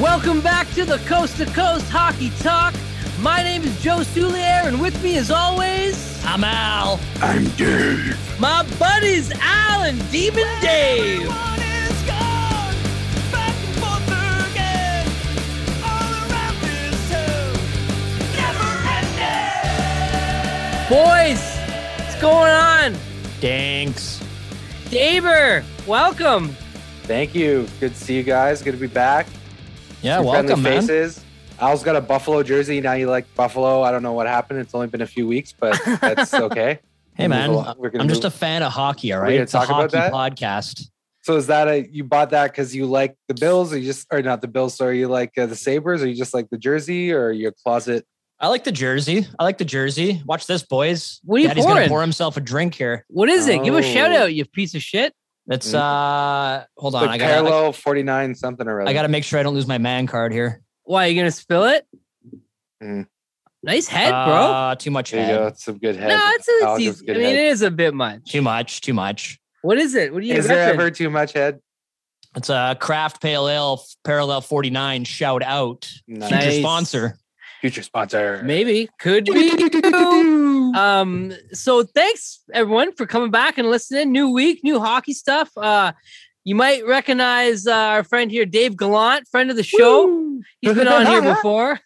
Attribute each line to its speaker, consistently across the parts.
Speaker 1: Welcome back to the Coast to Coast Hockey Talk. My name is Joe Sulier, and with me, as always, I'm Al.
Speaker 2: I'm dead.
Speaker 1: My buddies, Al and Demon Dave. Boys, what's going on?
Speaker 3: Thanks.
Speaker 1: Daber, welcome.
Speaker 4: Thank you. Good to see you guys. Good to be back.
Speaker 3: Yeah,
Speaker 4: Your
Speaker 3: welcome,
Speaker 4: friendly
Speaker 3: man.
Speaker 4: faces. Al's got a Buffalo jersey. Now you like Buffalo. I don't know what happened. It's only been a few weeks, but that's okay.
Speaker 3: Hey, man.
Speaker 4: We'll move along. We're gonna
Speaker 3: I'm just a
Speaker 4: move-
Speaker 3: fan of hockey. All
Speaker 4: We're
Speaker 3: right,
Speaker 4: gonna
Speaker 3: it's a
Speaker 4: talk
Speaker 3: hockey
Speaker 4: about that?
Speaker 3: podcast.
Speaker 4: So is that a you bought that because you like the Bills, or you just or not the Bills? Sorry, you like uh, the Sabers, or you just like the jersey, or your closet?
Speaker 3: I like the jersey. I like the jersey. Watch this, boys.
Speaker 1: What are you
Speaker 3: Daddy's
Speaker 1: pouring?
Speaker 3: gonna pour himself a drink here.
Speaker 1: What is it? Give a
Speaker 4: Oh.
Speaker 1: shout out, you piece of shit.
Speaker 3: That's
Speaker 4: Mm.
Speaker 3: uh. Hold on.
Speaker 4: Like
Speaker 3: I gotta.
Speaker 4: parallel forty nine something or other.
Speaker 3: I gotta make sure I don't lose my man card here.
Speaker 1: Why you gonna spill it?
Speaker 4: Mm.
Speaker 1: Nice head, bro.
Speaker 3: Uh, too much
Speaker 4: There you go.
Speaker 3: head.
Speaker 4: It's some good head. Oh,
Speaker 1: no, it's, a,
Speaker 4: Al
Speaker 1: it's
Speaker 4: gives
Speaker 1: easy. I
Speaker 4: good
Speaker 1: mean,
Speaker 4: head.
Speaker 1: it is a bit much.
Speaker 3: Too much. Too much.
Speaker 1: What is it? What do you?
Speaker 4: Is there
Speaker 1: reckon?
Speaker 4: ever too much head?
Speaker 3: It's a craft pale ale f- parallel 49. Shout out.
Speaker 4: Nice.
Speaker 3: Future sponsor.
Speaker 4: Future sponsor.
Speaker 1: Maybe could be. um so thanks everyone for coming back and listening new week new hockey stuff uh you might recognize uh, our friend here dave gallant friend of the show he's been on here before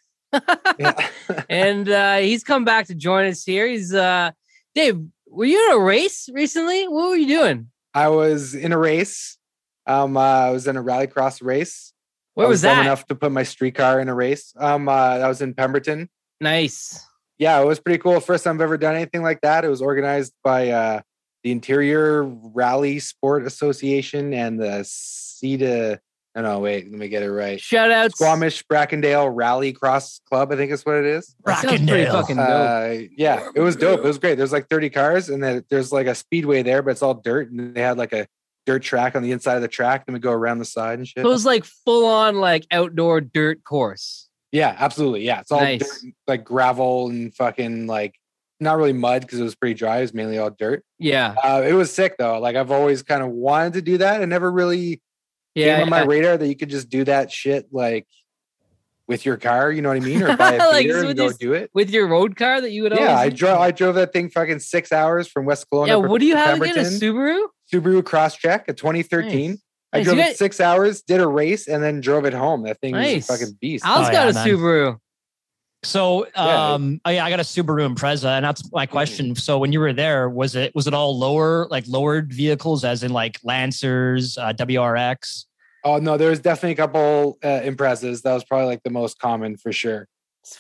Speaker 4: Yeah.
Speaker 1: and uh he's come back to join us here he's uh dave were you in a race recently what were you doing
Speaker 4: I was in a race. Um, uh, I was in a rallycross race.
Speaker 1: where
Speaker 4: I
Speaker 1: was,
Speaker 4: dumb
Speaker 1: that
Speaker 4: Enough to put my streetcar in a race. Um, uh, that was in Pemberton.
Speaker 1: nice
Speaker 4: Yeah, it was pretty cool. First time I've ever done anything like that. It was organized by uh, the Interior Rally Sport Association and the CETA. Oh no, wait, let me get it right.
Speaker 1: shout out
Speaker 4: Squamish Brackendale Rally Cross Club, I think is what it is.
Speaker 1: sounds pretty
Speaker 3: Rockendale.
Speaker 1: fucking dope
Speaker 4: Uh, yeah, it was dope. It was great. There's like 30 cars, and then there's like a speedway there, but it's all dirt, and they had like a dirt track on the inside of the track. Then we go around the side and shit.
Speaker 1: so it was like full-on like outdoor dirt course
Speaker 4: yeah, absolutely. Yeah, it's all
Speaker 1: Nice.
Speaker 4: dirt, and, like gravel and fucking like not really mud because it was pretty dry. It was mainly all dirt.
Speaker 1: yeah
Speaker 4: Uh, it was sick though. Like I've always kind of wanted to do that. It never really
Speaker 1: yeah,
Speaker 4: came on my
Speaker 1: yeah.
Speaker 4: radar that you could just do that shit like with your car. You know what I mean? Or buy a
Speaker 1: Like,
Speaker 4: beer
Speaker 1: so
Speaker 4: and go
Speaker 1: this-
Speaker 4: do it.
Speaker 1: with your road car that you would
Speaker 4: Yeah, I
Speaker 1: always use?
Speaker 4: drove. I drove that thing fucking six hours from West Kelowna.
Speaker 1: yeah
Speaker 4: to
Speaker 1: what do you have again a
Speaker 4: Pemberton.
Speaker 1: subaru
Speaker 4: Subaru Crosscheck, a 2013.
Speaker 1: Nice.
Speaker 4: I
Speaker 1: Nice.
Speaker 4: drove
Speaker 1: You
Speaker 4: it
Speaker 1: got-
Speaker 4: six hours, did a race, and then drove it home. That thing
Speaker 1: Nice.
Speaker 4: was a fucking beast.
Speaker 1: Al's
Speaker 3: Oh,
Speaker 1: got
Speaker 3: yeah,
Speaker 1: a
Speaker 3: man.
Speaker 1: Subaru.
Speaker 3: So,
Speaker 4: Yeah. Hmm.
Speaker 3: um, oh, yeah, I got a Subaru Impreza, and that's my question. So, when you were there, was it was it all lower, like lowered vehicles, as in like Lancers, uh, WRX?
Speaker 4: oh no, there was definitely a couple uh, Imprezas. That was probably like the most common for sure.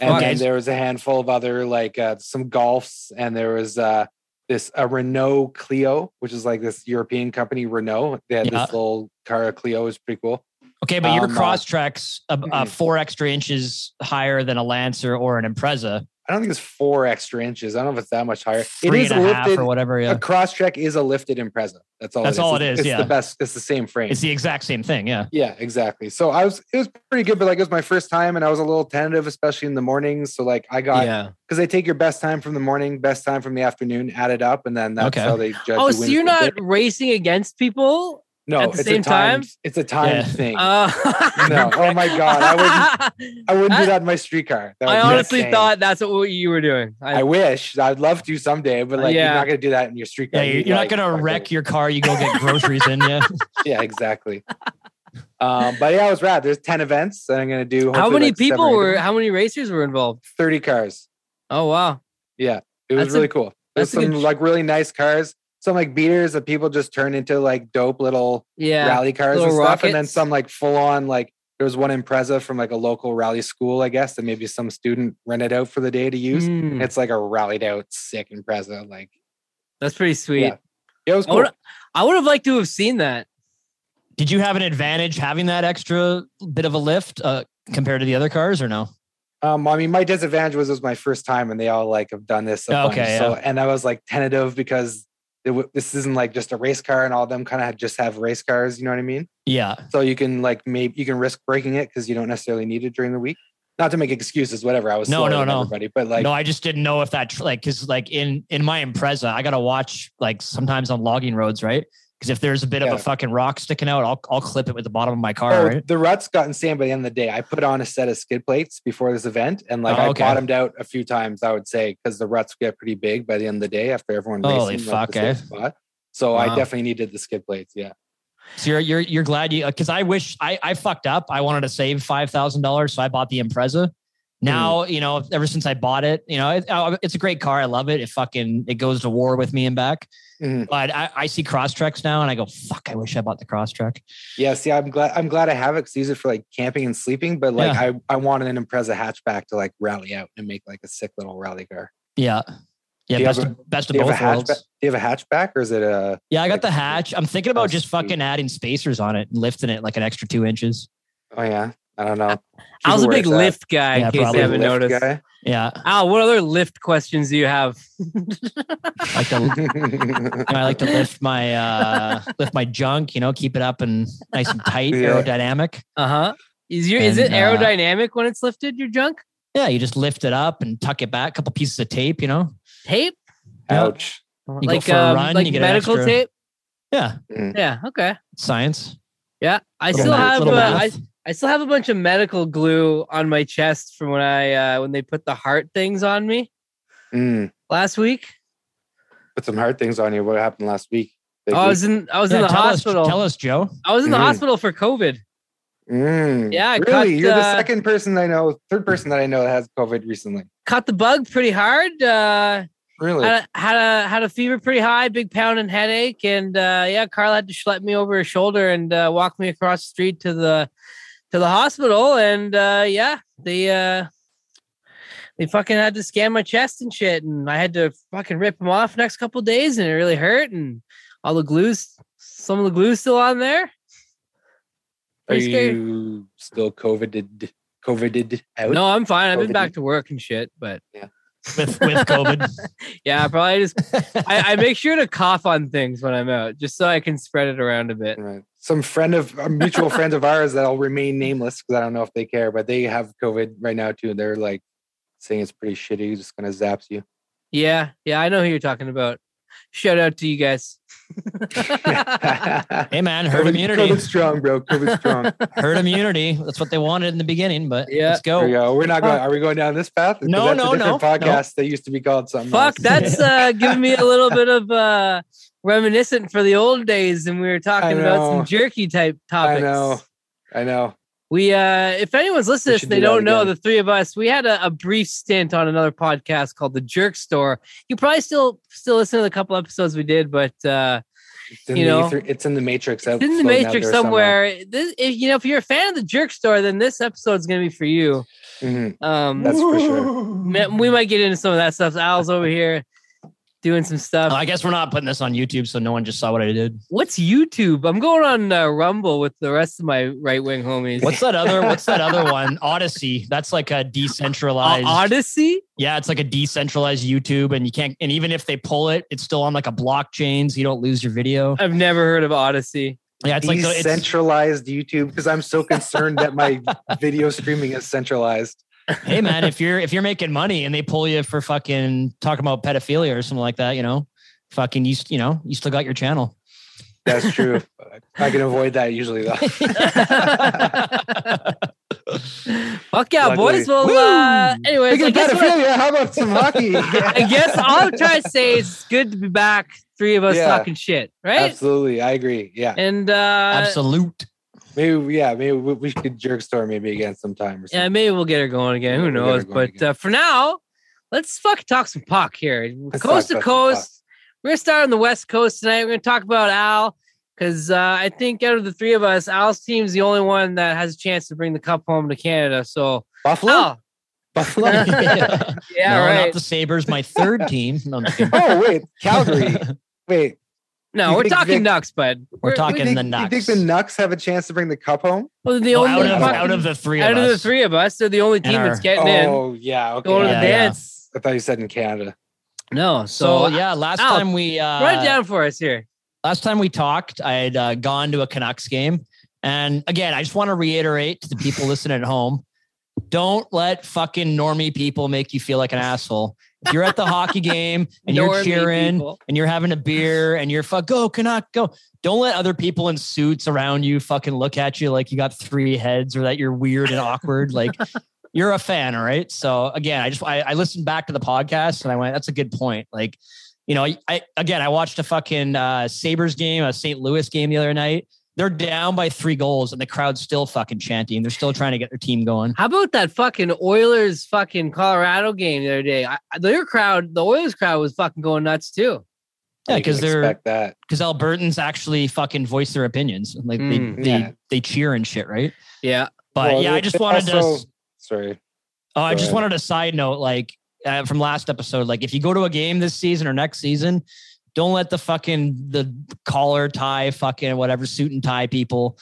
Speaker 4: And
Speaker 3: Okay.
Speaker 4: then there was a handful of other like uh, some Golfs, and there was uh, this a Renault Clio, which is like this European company Renault. They had
Speaker 3: Yeah.
Speaker 4: this little car. a Clio is pretty cool.
Speaker 3: Okay, but your
Speaker 4: Um, uh,
Speaker 3: cross tracks uh, uh,
Speaker 4: mhm.
Speaker 3: four extra inches higher than a Lancer or an Impreza,
Speaker 4: I don't think it's four extra inches. I don't know if it's that much higher. It
Speaker 3: three
Speaker 4: is
Speaker 3: and a half
Speaker 4: lifted.
Speaker 3: or whatever.
Speaker 4: A
Speaker 3: Yeah,
Speaker 4: cross check is a lifted Impreza. That's all.
Speaker 3: That's all it
Speaker 4: It's-
Speaker 3: is,
Speaker 4: It's
Speaker 3: yeah.
Speaker 4: the best. It's the same frame.
Speaker 3: it's the exact same thing. Yeah,
Speaker 4: Yeah, exactly. So I was, it was pretty good, but like it was my first time and I was a little tentative, especially in the mornings. So like I got,
Speaker 1: yeah.
Speaker 4: because they take your best time from the morning, best time from the afternoon, add it up, and then that's
Speaker 3: Okay.
Speaker 4: how they judge.
Speaker 1: Oh,
Speaker 4: who
Speaker 1: so
Speaker 4: wins
Speaker 1: you're
Speaker 4: the
Speaker 1: not
Speaker 4: day.
Speaker 1: racing against people?
Speaker 4: no,
Speaker 1: at the
Speaker 4: it's
Speaker 1: same
Speaker 4: a time,
Speaker 1: time?
Speaker 4: It's a time
Speaker 3: Yeah.
Speaker 4: thing.
Speaker 1: Uh,
Speaker 4: no, oh my God. I wouldn't,
Speaker 1: wouldn't.
Speaker 4: I wouldn't
Speaker 1: I-
Speaker 4: do that in my streetcar. That
Speaker 1: I
Speaker 4: would be
Speaker 1: honestly
Speaker 4: insane.
Speaker 1: thought that's what you were doing. I,
Speaker 4: I wish I'd love to someday, but like
Speaker 1: Yeah.
Speaker 4: you're not going to do that in your streetcar.
Speaker 3: yeah, you're,
Speaker 4: You'd,
Speaker 3: you're
Speaker 4: like,
Speaker 3: not gonna
Speaker 4: fucking-
Speaker 3: wreck your car. You go get groceries in. Yeah,
Speaker 4: Yeah, exactly. um, but yeah, I was rad. There's 10 events that I'm going to do.
Speaker 1: how
Speaker 4: hopefully,
Speaker 1: many
Speaker 4: like, seven
Speaker 1: people
Speaker 4: or eight of
Speaker 1: were?
Speaker 4: them.
Speaker 1: How many racers were involved?
Speaker 4: 30 cars.
Speaker 1: Oh wow,
Speaker 4: It was
Speaker 1: That's a-
Speaker 4: really cool. There's
Speaker 1: that's a
Speaker 4: some
Speaker 1: good sh-
Speaker 4: like really nice cars, some like beaters that people just turn into like dope little
Speaker 1: yeah,
Speaker 4: rally cars and
Speaker 1: Little
Speaker 4: stuff, and then
Speaker 1: rockets.
Speaker 4: some like full on like there was one Impreza from like a local rally school, I guess, that maybe some student rented out for the day to use.
Speaker 1: Mm,
Speaker 4: It's like a rallied out sick Impreza. Like
Speaker 1: that's pretty sweet.
Speaker 4: Yeah, yeah, it was
Speaker 1: I
Speaker 4: cool.
Speaker 1: would, I would have liked to have seen that.
Speaker 3: did you have an advantage having that extra bit of a lift uh, compared to the other cars, or no?
Speaker 4: Um, I mean, my disadvantage was it was my first time, and they all like have done this. A bunch.
Speaker 3: Okay,
Speaker 4: So, and I was like tentative because it w- this isn't like just a race car, and all of them kind of just have race cars. You know what I mean?
Speaker 3: Yeah,
Speaker 4: So you can like maybe you can risk breaking it because you don't necessarily need it during the week. Not to make excuses, whatever. I was
Speaker 3: No,
Speaker 4: slower
Speaker 3: no,
Speaker 4: than
Speaker 3: no.
Speaker 4: everybody, but like
Speaker 3: no, I just didn't know if that tr- like because like in in my Impreza, I gotta watch like sometimes on logging roads, right? Because if there's a bit of
Speaker 4: Yeah.
Speaker 3: a fucking rock sticking out, I'll I'll clip it with the bottom of my car.
Speaker 4: Oh,
Speaker 3: right?
Speaker 4: the ruts got insane by the end of the day. I put on a set of skid plates before this event, and like
Speaker 3: Oh,
Speaker 4: I
Speaker 3: okay.
Speaker 4: bottomed out a few times. I would say because the ruts get pretty big by the end of the day after everyone
Speaker 3: Holy
Speaker 4: racing, like,
Speaker 3: fuck,
Speaker 4: the same
Speaker 3: eh?
Speaker 4: spot. So I
Speaker 3: Wow.
Speaker 4: definitely needed the skid plates. Yeah,
Speaker 3: So you're you're you're glad you because I wish I I fucked up. I wanted to save five thousand dollars, so I bought the Impreza.
Speaker 4: Hmm.
Speaker 3: Now you know, ever since I bought it, you know, it, uh, it's a great car. I love it. It fucking it goes to war with me and back.
Speaker 4: Mhm.
Speaker 3: But I, I see cross treks now, and I go fuck. I wish I bought the cross trek.
Speaker 4: yeah. See, I'm glad I'm glad I have it because use it for like camping and sleeping. But like I I wanted an Impreza hatchback to like rally out and make like a sick little rally car.
Speaker 3: Yeah, yeah.
Speaker 4: Do you
Speaker 3: Best
Speaker 4: have a-
Speaker 3: of, best
Speaker 4: Do
Speaker 3: of
Speaker 4: you
Speaker 3: both
Speaker 4: have a hatchback?
Speaker 3: worlds.
Speaker 4: Do you have a hatchback or is it a?
Speaker 3: Yeah, I got
Speaker 4: Like-
Speaker 3: the hatch. I'm thinking
Speaker 4: Oh,
Speaker 3: about just
Speaker 4: sweet.
Speaker 3: fucking adding spacers on it and lifting it like an extra two inches.
Speaker 4: Oh yeah, I don't know.
Speaker 1: I was a
Speaker 4: Where
Speaker 1: big
Speaker 4: it's at.
Speaker 1: lift guy
Speaker 3: Yeah,
Speaker 1: in case
Speaker 3: probably.
Speaker 1: you haven't
Speaker 4: Lift
Speaker 1: noticed.
Speaker 4: guy.
Speaker 3: Yeah,
Speaker 1: Al, what other lift questions do you have?
Speaker 3: like the And I like to lift my uh lift my junk, you know, keep it up and nice and tight,
Speaker 4: Yeah.
Speaker 3: aerodynamic.
Speaker 1: Uh huh. Is your is it
Speaker 3: And, uh,
Speaker 1: aerodynamic when it's lifted? Your junk
Speaker 3: Yeah, you just lift it up and tuck it back, a couple pieces of tape, you know.
Speaker 1: tape,
Speaker 4: Ouch.
Speaker 3: Uh, You
Speaker 1: like
Speaker 3: go for
Speaker 1: um,
Speaker 3: a run,
Speaker 1: like
Speaker 3: you get an
Speaker 1: medical
Speaker 3: extra-
Speaker 1: tape.
Speaker 3: Yeah,
Speaker 1: Yeah. Okay.
Speaker 3: science.
Speaker 1: Yeah. I
Speaker 3: Little
Speaker 1: still
Speaker 3: math-
Speaker 1: have. Uh,
Speaker 3: little
Speaker 1: I,
Speaker 3: math.
Speaker 1: I still have a bunch of medical glue on my chest from when I uh, when they put the heart things on me
Speaker 4: Mm.
Speaker 1: last week.
Speaker 4: Put some hard things on you. What happened last week? Big
Speaker 1: Oh, I
Speaker 4: week?
Speaker 1: was in I was
Speaker 3: Yeah,
Speaker 1: in the
Speaker 3: tell
Speaker 1: hospital.
Speaker 3: Us, tell us, Joe.
Speaker 1: I was in the
Speaker 4: Mm.
Speaker 1: hospital for COVID.
Speaker 4: Mm,
Speaker 1: Yeah, I
Speaker 4: really?
Speaker 1: caught,
Speaker 4: You're
Speaker 1: uh,
Speaker 4: the second person I know, third person that I know that has COVID recently.
Speaker 1: Caught the bug pretty hard. Uh,
Speaker 4: Really?
Speaker 1: had, a, had a had a fever pretty high, big pound and headache, and uh, yeah, Carl had to schlep me over his shoulder and uh, walk me across the street to the to the hospital, and uh, yeah, they uh, they fucking had to scan my chest and shit, and I had to fucking rip them off next couple days, and it really hurt, and all the glues, some of the glue's still on there.
Speaker 4: Are
Speaker 1: pretty scary.
Speaker 4: you still COVIDed? COVIDed out?
Speaker 1: No, I'm fine. I've been
Speaker 4: COVID.
Speaker 1: back to work and shit, but
Speaker 3: With with COVID.
Speaker 1: yeah, I probably just I, I make sure to cough on things when I'm out, just so I can spread it around a bit.
Speaker 4: Right. Some friend of a mutual friend of ours that'll remain nameless because I don't know if they care, but they have COVID right now too. They're like saying it's pretty shitty. Just kind of zaps you.
Speaker 1: Yeah, yeah, I know who you're talking about. Shout out to you guys.
Speaker 4: COVID,
Speaker 3: hey man, herd
Speaker 4: COVID
Speaker 3: immunity.
Speaker 4: strong, bro. COVID strong.
Speaker 3: herd immunity. That's what they wanted in the beginning, but
Speaker 1: Yeah.
Speaker 3: let's
Speaker 4: There
Speaker 3: go.
Speaker 4: we go. We're not going. Are we going down this path? 'Cause
Speaker 3: No,
Speaker 4: that's
Speaker 3: no,
Speaker 4: a different
Speaker 3: no, no.
Speaker 4: Podcast that used to be called something.
Speaker 1: Fuck,
Speaker 4: else.
Speaker 1: that's uh, giving me a little bit of uh, reminiscent for the old days, and we were talking about
Speaker 4: know.
Speaker 1: some jerky type topics.
Speaker 4: I know. I know.
Speaker 1: We, uh, if anyone's listening,
Speaker 4: We
Speaker 1: to this and
Speaker 4: should
Speaker 1: they
Speaker 4: do that
Speaker 1: don't know
Speaker 4: again.
Speaker 1: the three of us, we had a, a brief stint on another podcast called The Jerk Store. You probably still still listen to the couple episodes we did, but uh,
Speaker 4: It's in
Speaker 1: You
Speaker 4: the
Speaker 1: know?
Speaker 4: ether- it's in the matrix.
Speaker 1: it's in the
Speaker 4: floating out
Speaker 1: Matrix
Speaker 4: there
Speaker 1: somewhere. This, if you know, if you're a fan of The Jerk Store, then this episode's gonna be for you.
Speaker 4: Mhm.
Speaker 1: Um,
Speaker 4: That's for sure.
Speaker 1: Ma- we might get into some of that stuff. Al's over here doing some
Speaker 3: Oh,
Speaker 1: stuff.
Speaker 3: I guess we're not putting this on YouTube, so no one just saw what I did.
Speaker 1: What's YouTube? I'm going on uh, Rumble with the rest of my right wing homies.
Speaker 3: What's that other? What's that other one? Odyssey. That's like a
Speaker 1: O-
Speaker 3: decentralized.
Speaker 1: Oh, Uh, Odyssey?
Speaker 3: Yeah, it's like a decentralized YouTube, and you can't. And even if they pull it, it's still on like a blockchain, so you don't lose your video.
Speaker 1: I've never heard of Odyssey.
Speaker 3: Yeah, it's like the, it's,
Speaker 4: Decentralized YouTube because I'm so concerned that my video streaming is centralized.
Speaker 3: hey man, if you're if you're making money and they pull you for fucking talking about pedophilia or something like that, you know, fucking you, s- you know, you still got your channel.
Speaker 4: That's true. I can avoid that usually though.
Speaker 1: Fuck yeah,
Speaker 4: Luckily.
Speaker 1: boys. Well,
Speaker 4: Woo!
Speaker 1: uh, anyways,
Speaker 4: Speaking
Speaker 1: I
Speaker 4: of
Speaker 1: guess, what-
Speaker 4: pedophilia, how about some hockey?
Speaker 1: I guess all I'm trying to say is it's good to be back, three of us
Speaker 4: Yeah.
Speaker 1: talking shit, right?
Speaker 4: Absolutely, I agree. Yeah,
Speaker 1: And uh,
Speaker 3: Absolute.
Speaker 4: maybe. Yeah, maybe we, we could jerk store maybe again sometime. Or
Speaker 1: Yeah,
Speaker 4: something.
Speaker 1: maybe we'll get her going again. Who
Speaker 4: Maybe we'll get
Speaker 1: knows?
Speaker 4: her going
Speaker 1: But uh, for now, let's fucking talk some puck here.
Speaker 4: Let's
Speaker 1: coast to
Speaker 4: talk about some
Speaker 1: coast. We're gonna start on the West Coast tonight. We're gonna talk about Al because uh, I think out of the three of us, Al's team's the only one that has a chance to bring the cup home to Canada. So
Speaker 4: Buffalo.
Speaker 1: Al,
Speaker 4: Buffalo.
Speaker 3: yeah,
Speaker 1: yeah,
Speaker 3: no,
Speaker 1: right.
Speaker 3: not the Sabers. My third team. No, I'm just kidding.
Speaker 4: oh wait, Calgary. Wait,
Speaker 1: no,
Speaker 4: you
Speaker 1: we're
Speaker 4: think
Speaker 1: talking
Speaker 4: Vic-
Speaker 1: Ducks, bud.
Speaker 3: We're
Speaker 4: you
Speaker 3: talking
Speaker 4: think,
Speaker 3: the
Speaker 4: You think
Speaker 3: Nucks.
Speaker 4: the Nucks have a chance to bring the cup home?
Speaker 1: Well, the
Speaker 3: No,
Speaker 1: only
Speaker 3: out, of,
Speaker 1: fucking-
Speaker 3: out of the three of
Speaker 1: out of
Speaker 3: us.
Speaker 1: the three of us, they're the only team
Speaker 3: And
Speaker 1: that's
Speaker 3: our-
Speaker 1: getting in
Speaker 4: oh yeah. Okay.
Speaker 1: going to
Speaker 3: Yeah,
Speaker 1: the
Speaker 3: yeah.
Speaker 1: dance.
Speaker 4: I thought you said in Canada.
Speaker 1: No,
Speaker 3: So,
Speaker 1: so,
Speaker 3: yeah, last
Speaker 1: Al,
Speaker 3: time we uh,
Speaker 1: run it down for us here.
Speaker 3: last time we talked, I had uh, gone to a Canucks game. And again, I just want to reiterate to the people listening at home Don't let fucking normie people make you feel like an asshole. If you're at the hockey game and you're
Speaker 1: Normie
Speaker 3: cheering
Speaker 1: people.
Speaker 3: and you're having a beer and you're fuck go cannot go. Don't let other people in suits around you fucking look at you like you got three heads or that you're weird and awkward. Like you're a fan, all right. So again, I just I, I listened back to the podcast and I went, that's a good point. Like, you know, I, I again I watched a fucking uh, Sabres game, a St. Louis game the other night. They're down by three goals and the crowd's still fucking chanting. They're still trying to get their team going.
Speaker 1: How about that fucking Oilers fucking Colorado game the other day? I, their crowd, the Oilers crowd, was fucking going nuts too.
Speaker 3: Yeah,
Speaker 4: You can
Speaker 3: because they're
Speaker 4: expect that.
Speaker 3: because Albertans actually fucking voice their opinions. Like
Speaker 1: Mm,
Speaker 3: they
Speaker 4: yeah.
Speaker 3: they they cheer and shit, right?
Speaker 1: Yeah,
Speaker 3: But
Speaker 4: Well,
Speaker 3: yeah, I
Speaker 4: they-
Speaker 3: just
Speaker 4: they
Speaker 3: wanted to
Speaker 4: also-
Speaker 3: s-
Speaker 4: Sorry.
Speaker 3: Oh, I
Speaker 4: Go
Speaker 3: just
Speaker 4: ahead.
Speaker 3: wanted a side note, like uh, from last episode, like if you go to a game this season or next season, don't let the fucking the collar tie, fucking whatever suit and tie people,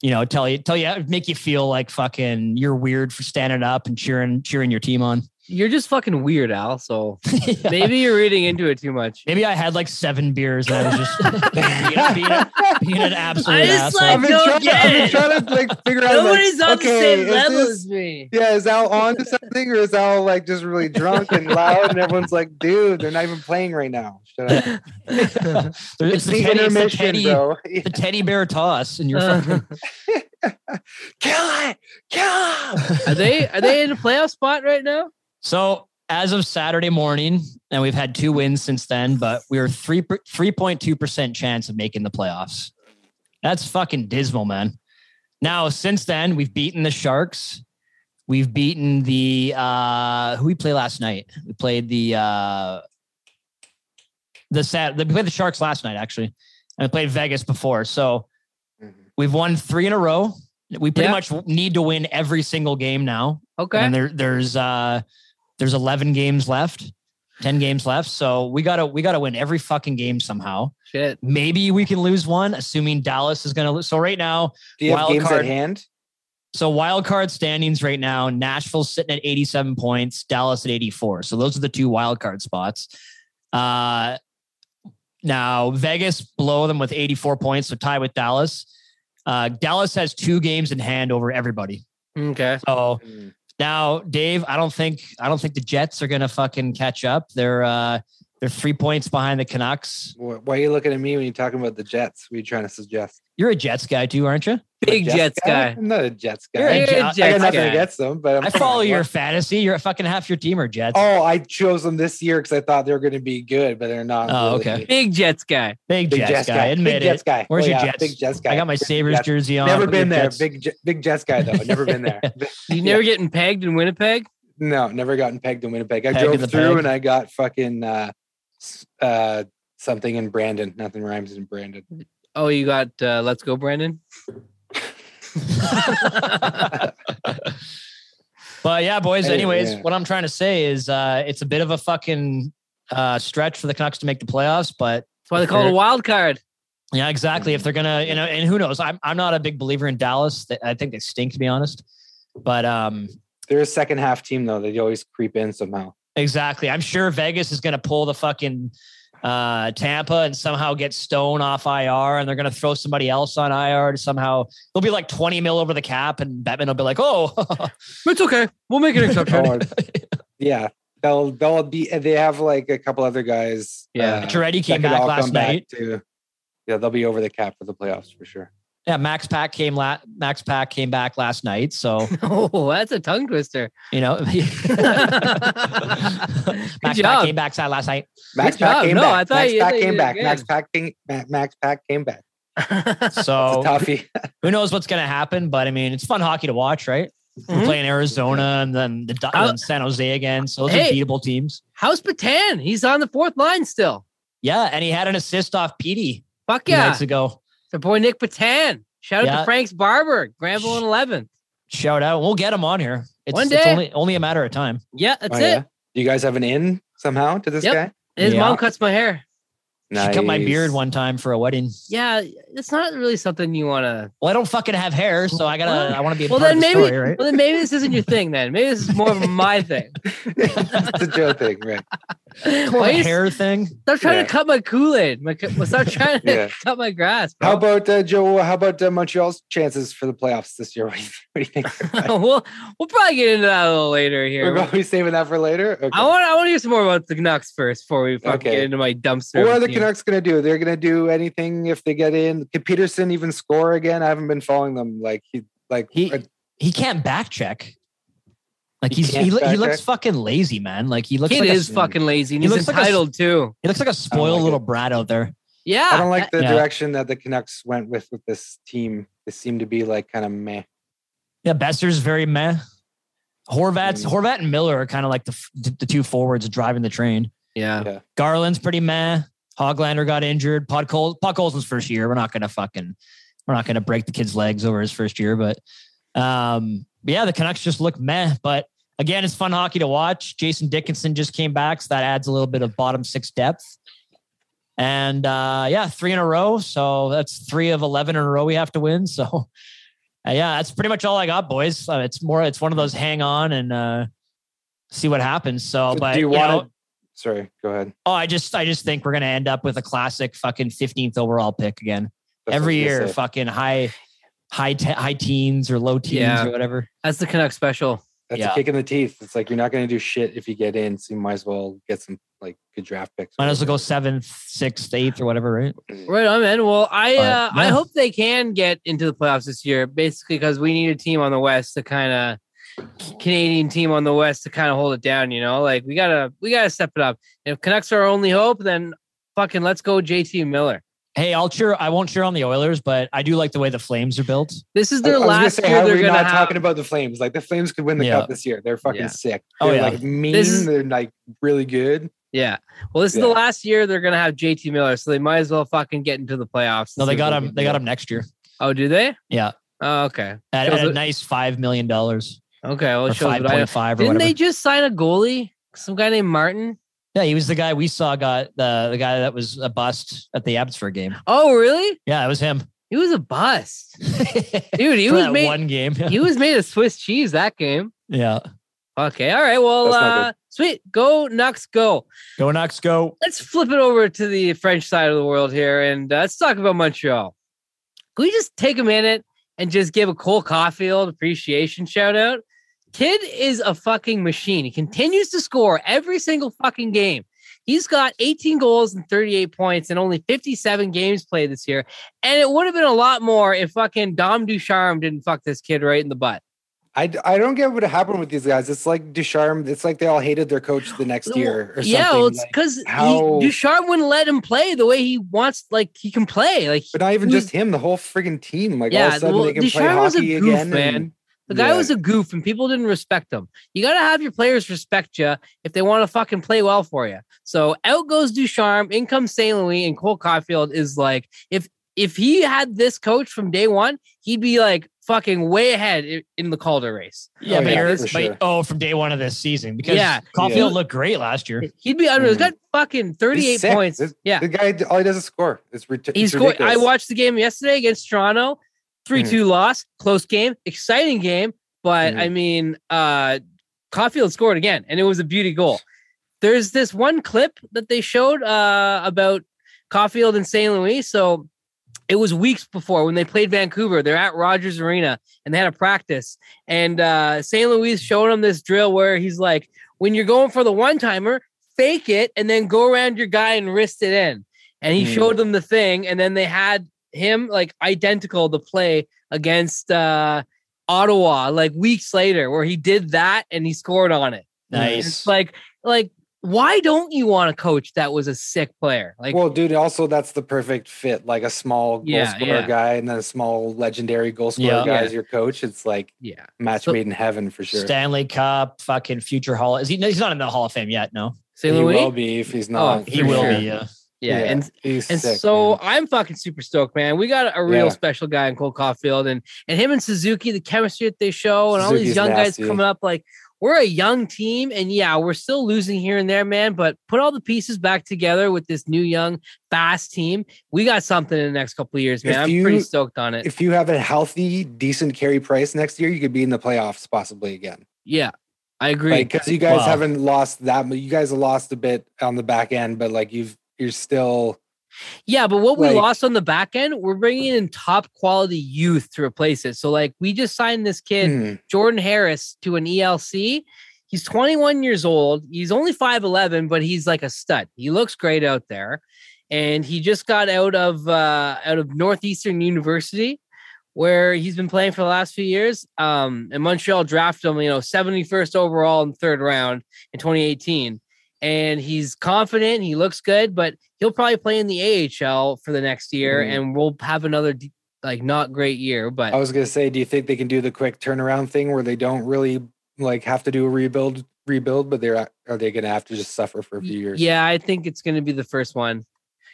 Speaker 3: you know, tell you tell you make you feel like fucking you're weird for standing up and cheering cheering your team on.
Speaker 1: you're just fucking weird, Al. So
Speaker 3: Yeah.
Speaker 1: maybe you're reading into it too much.
Speaker 3: Maybe I had like seven beers and I was just being, being a- being an absolute
Speaker 1: I just
Speaker 3: asshole.
Speaker 1: like-
Speaker 4: I've been,
Speaker 1: don't
Speaker 4: trying, to- I've been
Speaker 1: get it.
Speaker 4: trying to like figure out. like,
Speaker 1: Nobody's on
Speaker 4: okay,
Speaker 1: the
Speaker 4: is
Speaker 1: same level
Speaker 4: this-
Speaker 1: as me.
Speaker 4: Yeah, is Al on to something or is Al like just really drunk and loud and everyone's like, dude, they're not even playing right now. Shut up.
Speaker 3: it's, the teddy, it's the teddy,
Speaker 4: bro.
Speaker 3: the teddy bear toss, and you're
Speaker 1: Uh,
Speaker 3: fucking
Speaker 4: Kill it! Kill him!
Speaker 1: are they are they in a playoff spot right now?
Speaker 3: So as of Saturday morning, and we've had two wins since then, but we are three three point two percent chance of making the playoffs. That's fucking dismal, man. Now since then, we've beaten the Sharks. We've beaten the uh who we played last night. We played the uh the sad we played the Sharks last night actually, and we played Vegas before. So we've won three in a row. We pretty
Speaker 1: Yeah.
Speaker 3: much need to win every single game now.
Speaker 1: Okay,
Speaker 3: And there, there's uh, there's 11 games left, 10 games left. So we gotta we gotta win every fucking game somehow.
Speaker 1: shit.
Speaker 3: Maybe we can lose one, assuming Dallas is gonna lose. So right now,
Speaker 4: Do you have
Speaker 3: Wild
Speaker 4: games
Speaker 3: card.
Speaker 4: at hand?
Speaker 3: so wild card standings right now, Nashville's sitting at 87 points, Dallas at 84. So those are the two wild card spots. Uh now Vegas below them with 84 points, so tie with Dallas. Uh, Dallas has two games in hand over everybody.
Speaker 1: Okay,
Speaker 3: So Now, Dave, I don't think I don't think the Jets are gonna fucking catch up. They're uh they're three points behind the Canucks.
Speaker 4: Why why are you looking at me when you're talking about the Jets? What are you trying to suggest?
Speaker 3: You're a Jets guy too, aren't you?
Speaker 1: big
Speaker 4: A
Speaker 1: Jets guy.
Speaker 4: I'm not a Jets guy.
Speaker 3: You're a
Speaker 1: You're
Speaker 3: Jet- I
Speaker 1: a
Speaker 3: got
Speaker 4: I
Speaker 1: Jets
Speaker 4: got nothing
Speaker 1: guy.
Speaker 4: against them, but I'm
Speaker 3: I follow
Speaker 4: fine.
Speaker 3: your fantasy. You're fucking half your team are Jets.
Speaker 4: Oh, I chose them this year because I thought they were going to be good, but they're not.
Speaker 3: Oh,
Speaker 4: really.
Speaker 3: okay.
Speaker 1: Big Jets guy.
Speaker 3: big,
Speaker 4: Big
Speaker 3: Jets, guy. Admit
Speaker 4: big
Speaker 3: it.
Speaker 4: Jets guy.
Speaker 3: Where's
Speaker 4: Oh,
Speaker 3: your
Speaker 4: yeah,
Speaker 3: Jets?
Speaker 4: Big Jets guy.
Speaker 3: I got my
Speaker 4: Big
Speaker 3: Sabres
Speaker 4: Jets.
Speaker 3: jersey on.
Speaker 4: Never
Speaker 3: but your
Speaker 4: been there.
Speaker 3: Jets-
Speaker 4: Big J- Big Jets guy though. Never been there.
Speaker 1: You never getting pegged in Winnipeg?
Speaker 4: No, never gotten pegged in Winnipeg. I
Speaker 3: Pegged in the
Speaker 4: drove through
Speaker 3: peg.
Speaker 4: and I got fucking uh, s- uh, something in Brandon. Nothing rhymes in Brandon.
Speaker 1: Oh, you got uh, let's go, Brandon.
Speaker 3: But yeah, boys.
Speaker 4: Hey,
Speaker 3: Anyways,
Speaker 4: yeah.
Speaker 3: what I'm trying to say is uh it's a bit of a fucking uh stretch for the Canucks to make the playoffs, but
Speaker 1: That's why they call it a wild card.
Speaker 3: Yeah, exactly. If they're gonna, you know, and who knows? I'm I'm not a big believer in Dallas. Th- I think they stink, to be honest. But um,
Speaker 4: They're a second half team though. They always creep in somehow.
Speaker 3: exactly. I'm sure Vegas is gonna pull the fucking uh Tampa and somehow get Stone off IR, and they're gonna throw somebody else on IR to somehow they'll be like 20 mil over the cap, and Batman will be like, oh,
Speaker 1: It's okay. We'll make an exception.
Speaker 4: Or-
Speaker 1: Oh,
Speaker 4: yeah, they'll they'll be. They have like a couple other guys.
Speaker 1: Yeah.
Speaker 4: uh,
Speaker 3: Toretti
Speaker 4: that
Speaker 3: came
Speaker 4: could
Speaker 3: back
Speaker 4: all
Speaker 3: last
Speaker 4: come back
Speaker 3: night.
Speaker 4: too. Yeah, they'll be over the cap for the playoffs for sure.
Speaker 3: Yeah, Max Pack came la- Max Pack came back last night, so
Speaker 1: oh, that's a tongue twister.
Speaker 3: you know. Max Pack
Speaker 1: job.
Speaker 3: came back last night.
Speaker 4: Max
Speaker 1: job.
Speaker 4: Pack came
Speaker 1: No,
Speaker 4: back.
Speaker 1: I thought
Speaker 4: Max
Speaker 1: you- I
Speaker 4: Pack
Speaker 1: thought you
Speaker 4: came
Speaker 1: did
Speaker 4: back.
Speaker 1: good.
Speaker 4: Max Pack came back. Max Pack came back.
Speaker 1: Oh,
Speaker 3: So
Speaker 4: It's a toughie.
Speaker 3: who knows what's going to happen, but I mean, it's fun hockey to watch, right?
Speaker 1: Mhm.
Speaker 3: We're playing Arizona and then the
Speaker 1: I'll-
Speaker 3: and San Jose again. So those
Speaker 1: Hey.
Speaker 3: are beatable teams.
Speaker 1: How's Patan? He's on the fourth line still.
Speaker 3: Yeah. And he had an assist off Petey
Speaker 1: Fuck
Speaker 3: two
Speaker 1: yeah.
Speaker 3: nights ago.
Speaker 1: The boy Nick Patan. Shout out
Speaker 3: Yeah.
Speaker 1: to Frank's Barber, Granville and 11th.
Speaker 3: Shout out. We'll get him on here. It's,
Speaker 1: One
Speaker 3: it's
Speaker 1: day.
Speaker 3: only, only a matter of time.
Speaker 1: Yeah, that's
Speaker 4: Oh,
Speaker 1: it.
Speaker 4: yeah? Do you guys have an in somehow to this
Speaker 1: Yep.
Speaker 4: guy?
Speaker 1: His
Speaker 3: Yeah.
Speaker 1: mom cuts my hair.
Speaker 3: She cut my
Speaker 4: Nice.
Speaker 3: beard one time for a wedding.
Speaker 1: Yeah, it's not really something you want to.
Speaker 3: Well, I don't fucking have hair, so I gotta. I want to be. A
Speaker 1: Well,
Speaker 3: part
Speaker 1: then
Speaker 3: of the
Speaker 1: maybe,
Speaker 3: Story, right?
Speaker 1: well, then maybe this isn't your thing. Then maybe this is more of my thing.
Speaker 4: it's a Joe thing, right?
Speaker 3: Come on,
Speaker 1: Why
Speaker 3: the
Speaker 1: is-
Speaker 3: hair thing.
Speaker 1: Stop trying
Speaker 4: Yeah.
Speaker 1: to cut my Kool Aid. My co- stop trying to
Speaker 4: Yeah.
Speaker 1: cut my grass.
Speaker 4: How
Speaker 1: Bro.
Speaker 4: about uh, Joe? How about uh, Montreal's chances for the playoffs this year? What do you, what do you think?
Speaker 1: we'll we'll probably get into that a little later here.
Speaker 4: We're probably saving that for later. Okay.
Speaker 1: I want I want to hear some more about the Canucks first before we fucking
Speaker 4: Okay.
Speaker 1: get into my dumpster.
Speaker 4: what are the
Speaker 1: team.
Speaker 4: Canucks going to do? They're going to do anything if they get in. Could Peterson even score again? I haven't been following them. Like he, like
Speaker 3: He
Speaker 4: uh,
Speaker 3: he can't backcheck. Like
Speaker 4: He
Speaker 3: he's he,
Speaker 4: can't
Speaker 3: lo- he
Speaker 4: backcheck?
Speaker 3: looks fuking lazy, man. Like he looks
Speaker 1: Kid
Speaker 3: like
Speaker 1: is
Speaker 3: a,
Speaker 1: fucking lazy. And
Speaker 3: He
Speaker 1: he's
Speaker 3: looks like a s-
Speaker 1: entitled too.
Speaker 3: he looks
Speaker 4: Oh
Speaker 3: like a spoiled
Speaker 4: like
Speaker 3: little brat out there.
Speaker 1: Yeah.
Speaker 4: I don't like the
Speaker 3: Yeah.
Speaker 4: direction that the Canucks went with with this team. They seem to be like kind of meh.
Speaker 3: Yeah, Besser's very meh. Horvat's
Speaker 4: Mm.
Speaker 3: Horvat and Miller are kind of like the f- the two forwards driving the train.
Speaker 1: yeah.
Speaker 3: Garland's pretty meh. Hoglander got injured. Pod Col- Pod Colson's first year. We're not gonna fucking we're not gonna break the kid's legs over his first year, but um yeah, the Canucks just look meh. But again, it's fun hockey to watch. Jason Dickinson just came back, so that adds a little bit of bottom six depth. And uh yeah, three in a row. So that's three of eleven in a row we have to win. So uh, yeah, that's pretty much all I got, boys. Uh, it's more it's one of those hang on and uh see what happens. So,
Speaker 4: So
Speaker 3: but
Speaker 4: do you
Speaker 3: you
Speaker 4: want?
Speaker 3: know-
Speaker 4: to sorry, go ahead.
Speaker 3: Oh, I just I just think we're gonna end up with a classic fucking fifteenth overall pick again
Speaker 4: That's
Speaker 3: every
Speaker 4: what I was
Speaker 3: year.
Speaker 4: gonna say.
Speaker 3: Fucking high, high, te- high teens or low teens
Speaker 1: Yeah.
Speaker 3: or whatever.
Speaker 1: That's the Canucks special.
Speaker 4: That's
Speaker 3: yeah.
Speaker 4: a kick in the teeth. It's like you're not going to do shit if you get in, so you might as well get some like good draft picks. or
Speaker 3: Might as well go
Speaker 4: whatever.
Speaker 3: seventh, sixth, eighth, or whatever. Right?
Speaker 1: Right on, man. Well, I
Speaker 3: But,
Speaker 1: uh, I
Speaker 3: yeah.
Speaker 1: hope they can get into the playoffs this year, basically because we need a team on the West to kind of Canadian team on the West to kind of hold it down. You know, like we gotta we gotta step it up. And if Canucks are our only hope, then fucking let's go JT Miller.
Speaker 3: Hey, I'll cheer. I won't cheer on the Oilers, but I do like the way the Flames are built.
Speaker 1: This is
Speaker 4: I-
Speaker 1: their
Speaker 4: I was gonna
Speaker 1: last
Speaker 4: say, how
Speaker 1: year.
Speaker 4: are
Speaker 1: They're
Speaker 4: we
Speaker 1: gonna
Speaker 4: not
Speaker 1: have
Speaker 4: talking about the Flames. Like the Flames could win the
Speaker 3: Yeah.
Speaker 4: cup this year. They're fucking
Speaker 1: Yeah.
Speaker 4: sick.
Speaker 3: Oh,
Speaker 4: They're
Speaker 3: yeah.
Speaker 4: like mean.
Speaker 1: is-
Speaker 4: They're like really good.
Speaker 1: Yeah. Well, this is the
Speaker 4: Yeah.
Speaker 1: last year they're gonna have JT Miller, so they might as well fucking get into the playoffs.
Speaker 3: No, they
Speaker 1: See
Speaker 3: got
Speaker 1: what
Speaker 3: them.
Speaker 1: can
Speaker 3: They got
Speaker 1: do.
Speaker 3: them next year
Speaker 1: Oh, do they?
Speaker 3: Yeah.
Speaker 1: Oh, okay.
Speaker 3: at,
Speaker 1: Shows
Speaker 3: at a
Speaker 1: it-
Speaker 3: nice five million dollars
Speaker 1: Okay. Well,
Speaker 3: or
Speaker 1: it shows
Speaker 3: five
Speaker 1: what I know.
Speaker 3: point five or
Speaker 1: Didn't
Speaker 3: whatever.
Speaker 1: they just sign a goalie? Some guy named Martin.
Speaker 3: yeah, he was the guy we saw got the the guy that was a bust at the Abbotsford game.
Speaker 1: Oh, really?
Speaker 3: Yeah, it was him.
Speaker 1: He was a bust, dude. He
Speaker 3: For
Speaker 1: was
Speaker 3: that
Speaker 1: made.
Speaker 3: one game.
Speaker 1: He was made of Swiss cheese that game.
Speaker 3: yeah,
Speaker 1: Okay. All right. Well,
Speaker 4: That's not
Speaker 1: uh, sweet. Go Nux. Go.
Speaker 3: go Knox, go.
Speaker 1: Let's flip it over to the French side of the world here, and uh, let's talk about Montreal. Can we just take a minute and just give a Cole Caulfield appreciation shout out? Kid is a fucking machine. He continues to score every single fucking game. He's got 18 goals and 38 points in only 57 games played this year. And it would have been a lot more if fucking Dom Ducharme didn't fuck this kid right in the butt.
Speaker 4: I, d- I don't get what happened with these guys. It's like Ducharme. It's like they all hated their coach the next year or something.
Speaker 1: yeah, well, it's
Speaker 4: like-
Speaker 1: because
Speaker 4: how-
Speaker 1: Ducharme wouldn't let him play the way he wants, like he can play. Like
Speaker 4: but not even
Speaker 1: he was-
Speaker 4: just him. The whole friggin' team. Like all of
Speaker 1: Yeah,
Speaker 4: a sudden
Speaker 1: well,
Speaker 4: they can
Speaker 1: Ducharme
Speaker 4: play
Speaker 1: was a
Speaker 4: hockey
Speaker 1: goof,
Speaker 4: again.
Speaker 1: man.
Speaker 4: and-
Speaker 1: The guy
Speaker 4: Yeah.
Speaker 1: was a goof and people didn't respect him. You got to have your players respect you if they want to fucking play well for you. So out goes Ducharme, in comes St. Louis, and Cole Caulfield is like, if if he had this coach from day one, he'd be like fucking way ahead i- in the Calder race.
Speaker 3: Yeah,
Speaker 4: Oh,
Speaker 3: but,
Speaker 4: yeah,
Speaker 3: you're,
Speaker 4: for
Speaker 3: but
Speaker 4: sure.
Speaker 3: oh, from day one of this season because
Speaker 1: Yeah.
Speaker 3: Caulfield
Speaker 1: Yeah.
Speaker 3: looked great last year.
Speaker 1: He'd be under. He's
Speaker 4: Mhm.
Speaker 1: got fucking thirty-eight
Speaker 4: He's sick.
Speaker 1: points.
Speaker 4: This-
Speaker 1: yeah,
Speaker 4: The guy, all he does is score. It's, rid-
Speaker 1: He
Speaker 4: it's
Speaker 1: scored. I
Speaker 4: ridiculous.
Speaker 1: watched the game yesterday against Toronto. 3 2 loss, close game, exciting game. But
Speaker 4: Mhm.
Speaker 1: I mean, uh, Caulfield scored again, and it was a beauty goal. There's this one clip that they showed uh, about Caulfield and St. Louis. So it was weeks before when they played Vancouver. They're at Rogers Arena and they had a practice. And uh, St. Louis showed him this drill where he's like, when you're going for the one timer, fake it and then go around your guy and wrist it in. And he
Speaker 4: Hmm.
Speaker 1: showed them the thing, and then they had him like identical to play against uh Ottawa like weeks later, where he did that and he scored on it. It's
Speaker 3: Nice.
Speaker 1: like like why don't you want a coach that was a sick player? Like
Speaker 4: well, dude, also that's the perfect fit. Like a small goal
Speaker 1: Yeah,
Speaker 4: scorer
Speaker 1: yeah.
Speaker 4: guy and then a small legendary goal scorer
Speaker 3: Yeah.
Speaker 4: guy
Speaker 1: Yeah.
Speaker 4: is your coach. It's like
Speaker 1: yeah.
Speaker 4: match
Speaker 1: So-
Speaker 4: made in heaven for sure.
Speaker 3: Stanley Cup, fucking future Hall. Is he? no, He's not in the Hall of Fame yet. No,
Speaker 1: St.
Speaker 4: he
Speaker 1: Louis?
Speaker 4: will be if he's not.
Speaker 1: Oh,
Speaker 3: he
Speaker 1: For
Speaker 3: will
Speaker 1: sure.
Speaker 3: be. uh, Yeah.
Speaker 1: yeah. And
Speaker 4: he's
Speaker 1: and
Speaker 4: sick,
Speaker 1: so
Speaker 4: man.
Speaker 1: I'm fucking super stoked, man. We got a real
Speaker 4: Yeah.
Speaker 1: special guy in Cole Caulfield and and him and Suzuki, the chemistry that they show, and all these
Speaker 4: Suzuki's
Speaker 1: young
Speaker 4: nasty.
Speaker 1: guys coming up. Like we're a young team, and yeah, we're still losing here and there, man. But put all the pieces back together with this new young fast team. We got something in the next couple of years, man.
Speaker 4: If
Speaker 1: I'm
Speaker 4: you-
Speaker 1: pretty stoked on it.
Speaker 4: if you have a healthy, decent carry price next year, you could be in the playoffs possibly again.
Speaker 1: yeah. I agree.
Speaker 4: Like uh, because you guys
Speaker 3: Wow.
Speaker 4: haven't lost that. mu- You guys have lost a bit on the back end, but like you've you're still
Speaker 1: yeah, but what we
Speaker 4: like-
Speaker 1: lost on the back end, we're bringing in top quality youth to replace it. So like we just signed this kid
Speaker 4: Hmm.
Speaker 1: Jordan Harris to an ELC. He's 21 years old. He's only 5'11, but he's like a stud. He looks great out there. And he just got out of uh, out of Northeastern University, where he's been playing for the last few years. Um, and Montreal drafted him, you know, 71st overall in third round in 2018. And he's confident. He looks good, but he'll probably play in the AHL for the next year,
Speaker 4: Mhm.
Speaker 1: and we'll have another d- like not great year. But
Speaker 4: I was gonna say, do you think they can do the quick turnaround thing where they don't really like have to do a rebuild rebuild, but they're are they gonna have to just suffer for a few years?
Speaker 1: Yeah, I think it's going to be the first one.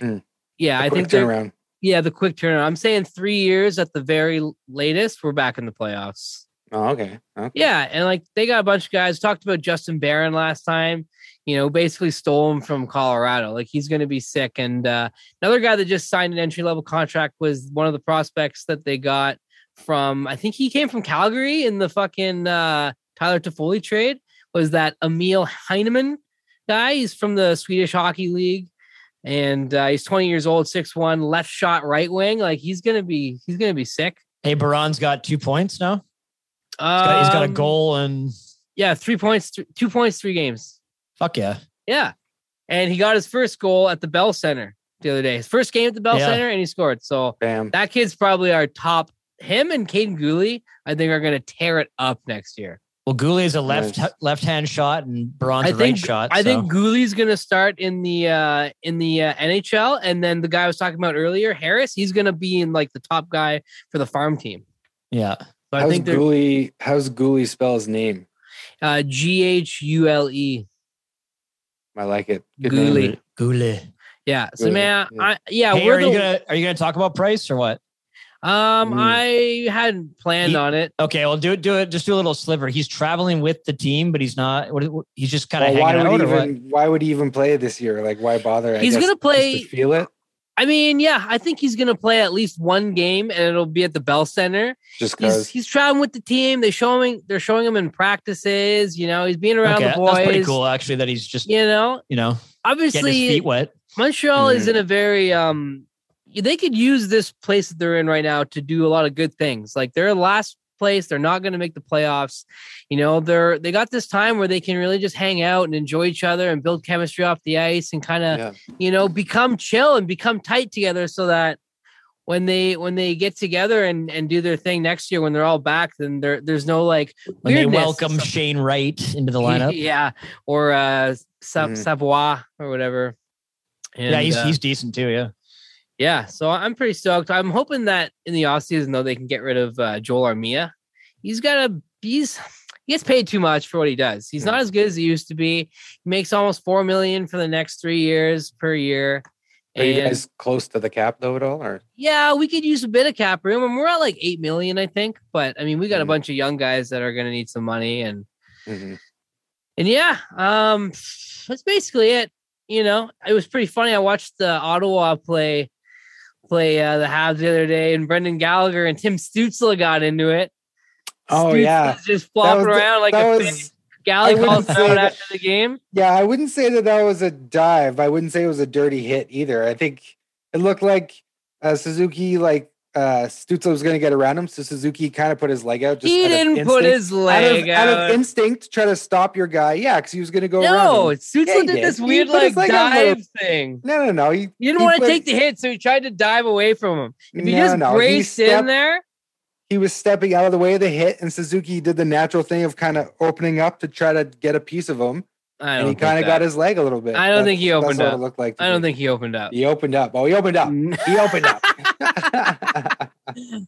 Speaker 4: Mm.
Speaker 1: Yeah,
Speaker 4: A
Speaker 1: I
Speaker 4: quick
Speaker 1: think they're,
Speaker 4: turnaround.
Speaker 1: yeah, the quick turnaround. I'm saying three years at the very l- latest, we're back in the playoffs.
Speaker 4: Oh, okay. okay.
Speaker 1: Yeah, and like they got a bunch of guys. Talked about Justin Barron last time. You know, basically stole him from Colorado. Like he's going to be sick. And uh, another guy that just signed an entry level contract was one of the prospects that they got from. I think he came from Calgary in the fucking uh, Tyler Toffoli trade. Was that Emil Heineman guy? He's from the Swedish Hockey League, and uh, he's 20 years old, six one, left shot, right wing. Like he's gonna be, he's gonna be sick.
Speaker 3: Hey, Baron's got two points now. He's got, he's got a
Speaker 1: Um,
Speaker 3: goal and
Speaker 1: Yeah, three points, th- two points, three games.
Speaker 3: fuck yeah.
Speaker 1: Yeah. And he got his first goal at the Bell Center the other day. His first game at the Bell
Speaker 3: Yeah.
Speaker 1: Center, and he scored. So
Speaker 4: Bam.
Speaker 1: that kid's probably our top. Him and Caden Gooley, I think, are going to tear it up next year.
Speaker 3: Well, Gouli is a left
Speaker 4: Nice.
Speaker 3: left hand shot and Baron's
Speaker 1: I
Speaker 3: a right
Speaker 1: think-
Speaker 3: shot.
Speaker 1: I
Speaker 3: so.
Speaker 1: think Gooley's going to start in the uh, in the uh, NHL, and then the guy I was talking about earlier, Harris, he's going to be in like the top guy for the farm team.
Speaker 3: yeah.
Speaker 1: So I
Speaker 4: How's
Speaker 1: think they're
Speaker 4: Gooley? How's Gooley spell his name?
Speaker 1: uh, G H U L E.
Speaker 4: I like it.
Speaker 1: Gooley.
Speaker 4: name.
Speaker 3: Gouli.
Speaker 1: Yeah. So
Speaker 4: Gooley,
Speaker 1: man,
Speaker 4: yeah.
Speaker 1: I, yeah,
Speaker 3: hey,
Speaker 1: we're
Speaker 3: are
Speaker 1: the,
Speaker 3: you gonna are you gonna talk about price or what?
Speaker 1: um,
Speaker 4: Mm.
Speaker 1: I hadn't planned
Speaker 3: He-
Speaker 1: on it.
Speaker 3: Okay, well, do it. Do it. Just do a little sliver. He's traveling with the team, but he's not. What, what- he's just kind of
Speaker 4: Well, why
Speaker 3: hanging out.
Speaker 4: would
Speaker 3: Or
Speaker 4: he
Speaker 3: what?
Speaker 4: even why would he even play this year? Like why bother? I
Speaker 1: He's
Speaker 4: guess,
Speaker 1: gonna
Speaker 4: just to
Speaker 1: play-
Speaker 4: feel it.
Speaker 1: I mean, yeah, I think he's gonna play at least one game, and it'll be at the Bell Center.
Speaker 4: Just
Speaker 1: He's
Speaker 4: because
Speaker 1: he's traveling with the team. They showing they're showing him in practices. You know, he's being around
Speaker 3: Okay,
Speaker 1: the boys.
Speaker 3: that's pretty cool, actually. That he's just
Speaker 1: You know,
Speaker 3: you know getting his
Speaker 1: obviously
Speaker 3: feet wet.
Speaker 1: Montreal is in a very um. They could use this place that they're in right now to do a lot of good things. Like they're last place, they're not going to make the playoffs. You know, they're they got this time where they can really just hang out and enjoy each other and build chemistry off the ice and kind of
Speaker 4: yeah.
Speaker 1: you know become chill and become tight together so that when they when they get together and and do their thing next year when they're all back then there there's no like
Speaker 3: When they
Speaker 1: weirdness.
Speaker 3: welcome Shane Wright into the lineup.
Speaker 1: yeah or uh Sa-
Speaker 4: Mhm.
Speaker 1: savoy or whatever
Speaker 3: yeah,
Speaker 1: And,
Speaker 3: he's
Speaker 1: uh,
Speaker 3: he's decent too. Yeah.
Speaker 1: yeah so i'm pretty stoked i'm hoping that in the offseason though they can get rid of uh, joel armia he's got a he's he gets paid too much for what he does he's
Speaker 4: Mm.
Speaker 1: not as good as he used to be he makes almost four million for the next three years per year
Speaker 4: Are you
Speaker 1: And-
Speaker 4: guys close to the cap though at all? Or
Speaker 1: yeah, we could use a bit of cap room, and we're at like eight million, I think. But I mean, we got a
Speaker 4: Mhm.
Speaker 1: bunch of young guys that are going to need some money, and
Speaker 4: Mhm.
Speaker 1: and yeah, um, that's basically it. You know, it was pretty funny. I watched the Ottawa play play uh, the Habs the other day, and Brendan Gallagher and Tim Stutzla got into it.
Speaker 4: oh
Speaker 1: Stützle
Speaker 4: yeah,
Speaker 1: just flopping
Speaker 4: was the-
Speaker 1: around like
Speaker 4: that
Speaker 1: a
Speaker 4: was.
Speaker 1: fish. Gallagher
Speaker 4: wouldn't
Speaker 1: calls him
Speaker 4: say
Speaker 1: out
Speaker 4: that-
Speaker 1: after the game.
Speaker 4: Yeah, I wouldn't say that that was a dive. I wouldn't say it was a dirty hit either. I think it looked like uh, Suzuki, like uh, Stutzel was going to get around him, so Suzuki kind of put his leg out. Just
Speaker 1: He
Speaker 4: out of
Speaker 1: didn't
Speaker 4: instinct-
Speaker 1: put his
Speaker 4: out of,
Speaker 1: leg
Speaker 4: out
Speaker 1: out.
Speaker 4: of instinct to try to stop your guy. Yeah, because he was going to go
Speaker 1: no,
Speaker 4: around. Him.
Speaker 1: Stutzla
Speaker 4: Yeah, he
Speaker 1: did
Speaker 4: did.
Speaker 1: this
Speaker 4: He
Speaker 1: weird
Speaker 4: put his
Speaker 1: like
Speaker 4: leg out a little-
Speaker 1: dive thing.
Speaker 4: No, no, no. He,
Speaker 1: You didn't
Speaker 4: he
Speaker 1: want to
Speaker 4: put-
Speaker 1: take the hit, so he tried to dive away from him. If he
Speaker 4: no,
Speaker 1: just
Speaker 4: no, he
Speaker 1: braced in
Speaker 4: stepped-
Speaker 1: there,
Speaker 4: He was stepping out of the way of the hit, and Suzuki did the natural thing of kind of opening up to try to get a piece of him,
Speaker 1: I don't
Speaker 4: and he
Speaker 1: kind of
Speaker 4: got his leg a little bit.
Speaker 1: I don't think he
Speaker 4: That's
Speaker 1: opened
Speaker 4: what
Speaker 1: up.
Speaker 4: It looked like. to
Speaker 1: I don't
Speaker 4: me.
Speaker 1: think he opened up.
Speaker 4: he opened up. Oh, he opened up. He opened up.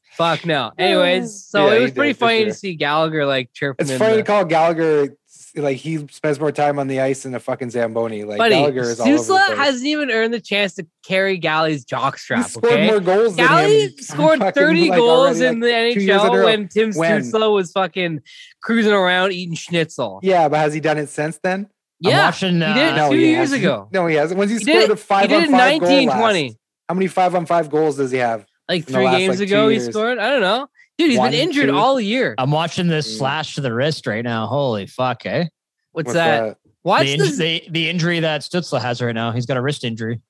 Speaker 1: Fuck no. Anyways, so
Speaker 4: Yeah,
Speaker 1: it
Speaker 4: he
Speaker 1: was pretty
Speaker 4: did, for
Speaker 1: funny to
Speaker 4: sure.
Speaker 1: see Gallagher like chirping.
Speaker 4: it's
Speaker 1: in
Speaker 4: funny
Speaker 1: the-
Speaker 4: to call Gallagher like he spends more time on the ice than a fucking Zamboni. Like
Speaker 1: Buddy,
Speaker 4: Gallagher is all over the
Speaker 1: Susla
Speaker 4: place.
Speaker 1: hasn't even earned the chance to carry Galley's
Speaker 4: he
Speaker 1: jockstrap.
Speaker 4: scored
Speaker 1: Okay,
Speaker 4: more goals than
Speaker 1: Galley
Speaker 4: him.
Speaker 1: scored
Speaker 4: fucking,
Speaker 1: 30
Speaker 4: like,
Speaker 1: goals
Speaker 4: already,
Speaker 1: in
Speaker 4: like-
Speaker 1: the
Speaker 4: years in a
Speaker 1: NHL
Speaker 4: row.
Speaker 1: when Tim
Speaker 4: When?
Speaker 1: Stutzla was fucking cruising around eating schnitzel.
Speaker 4: yeah, but has he done it since then?
Speaker 3: I'm
Speaker 1: Yeah,
Speaker 3: watching.
Speaker 1: he did.
Speaker 3: Uh,
Speaker 4: no,
Speaker 1: two
Speaker 4: he
Speaker 1: years
Speaker 4: hasn't.
Speaker 1: ago.
Speaker 4: No, he hasn't. Once he,
Speaker 1: He did
Speaker 4: scored
Speaker 1: it-
Speaker 4: a five
Speaker 1: he did
Speaker 4: on
Speaker 1: it in
Speaker 4: five
Speaker 1: 1920.
Speaker 4: goal last. How many five on five goals does he have?
Speaker 1: like
Speaker 4: in the
Speaker 1: three
Speaker 4: last,
Speaker 1: games
Speaker 4: like, two
Speaker 1: ago he
Speaker 4: years.
Speaker 1: scored. I don't know. Dude, he's
Speaker 4: One,
Speaker 1: been injured
Speaker 4: two.
Speaker 1: all year.
Speaker 3: I'm watching this
Speaker 4: Mm.
Speaker 3: slash to the wrist right now. Holy fuck, eh?
Speaker 1: What's, that?
Speaker 4: uh,
Speaker 1: Watch
Speaker 3: the,
Speaker 1: this.
Speaker 3: inj- the, the injury that Stutzla has right now. He's got a wrist injury.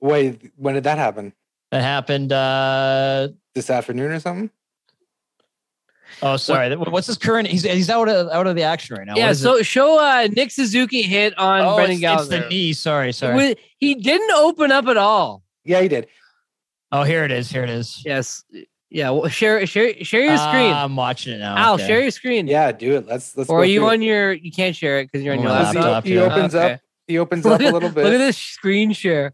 Speaker 4: Wait, when did that happen?
Speaker 3: That happened. Uh,
Speaker 4: This afternoon or something?
Speaker 3: oh, sorry. That- What's his current? He's he's out of out of the action right now. What
Speaker 1: yeah,
Speaker 3: is
Speaker 1: so
Speaker 3: it?
Speaker 1: show uh, Nick Suzuki hit on
Speaker 3: oh,
Speaker 1: Brendan
Speaker 3: it's, it's
Speaker 1: Gallagher.
Speaker 3: the knee. Sorry, sorry.
Speaker 1: Wi- He didn't open up at all.
Speaker 4: Yeah, he did.
Speaker 3: oh, here it is. Here it is.
Speaker 1: Yes. Yeah. Well, share share share your screen.
Speaker 3: Ah, I'm watching it now.
Speaker 1: Al,
Speaker 3: Okay.
Speaker 1: share your screen.
Speaker 4: Yeah, do it. Let's let's.
Speaker 1: Hmm. Or are
Speaker 4: go
Speaker 1: you
Speaker 4: through it.
Speaker 1: on your? You can't share it because you're on
Speaker 3: On
Speaker 1: your
Speaker 3: my
Speaker 4: Let's see,
Speaker 1: laptop.
Speaker 3: laptop,
Speaker 4: He
Speaker 3: yeah.
Speaker 4: opens
Speaker 1: Okay.
Speaker 4: up. He opens
Speaker 1: Look
Speaker 4: up
Speaker 1: at-
Speaker 4: a little
Speaker 1: Look at
Speaker 4: bit.
Speaker 1: this screen share.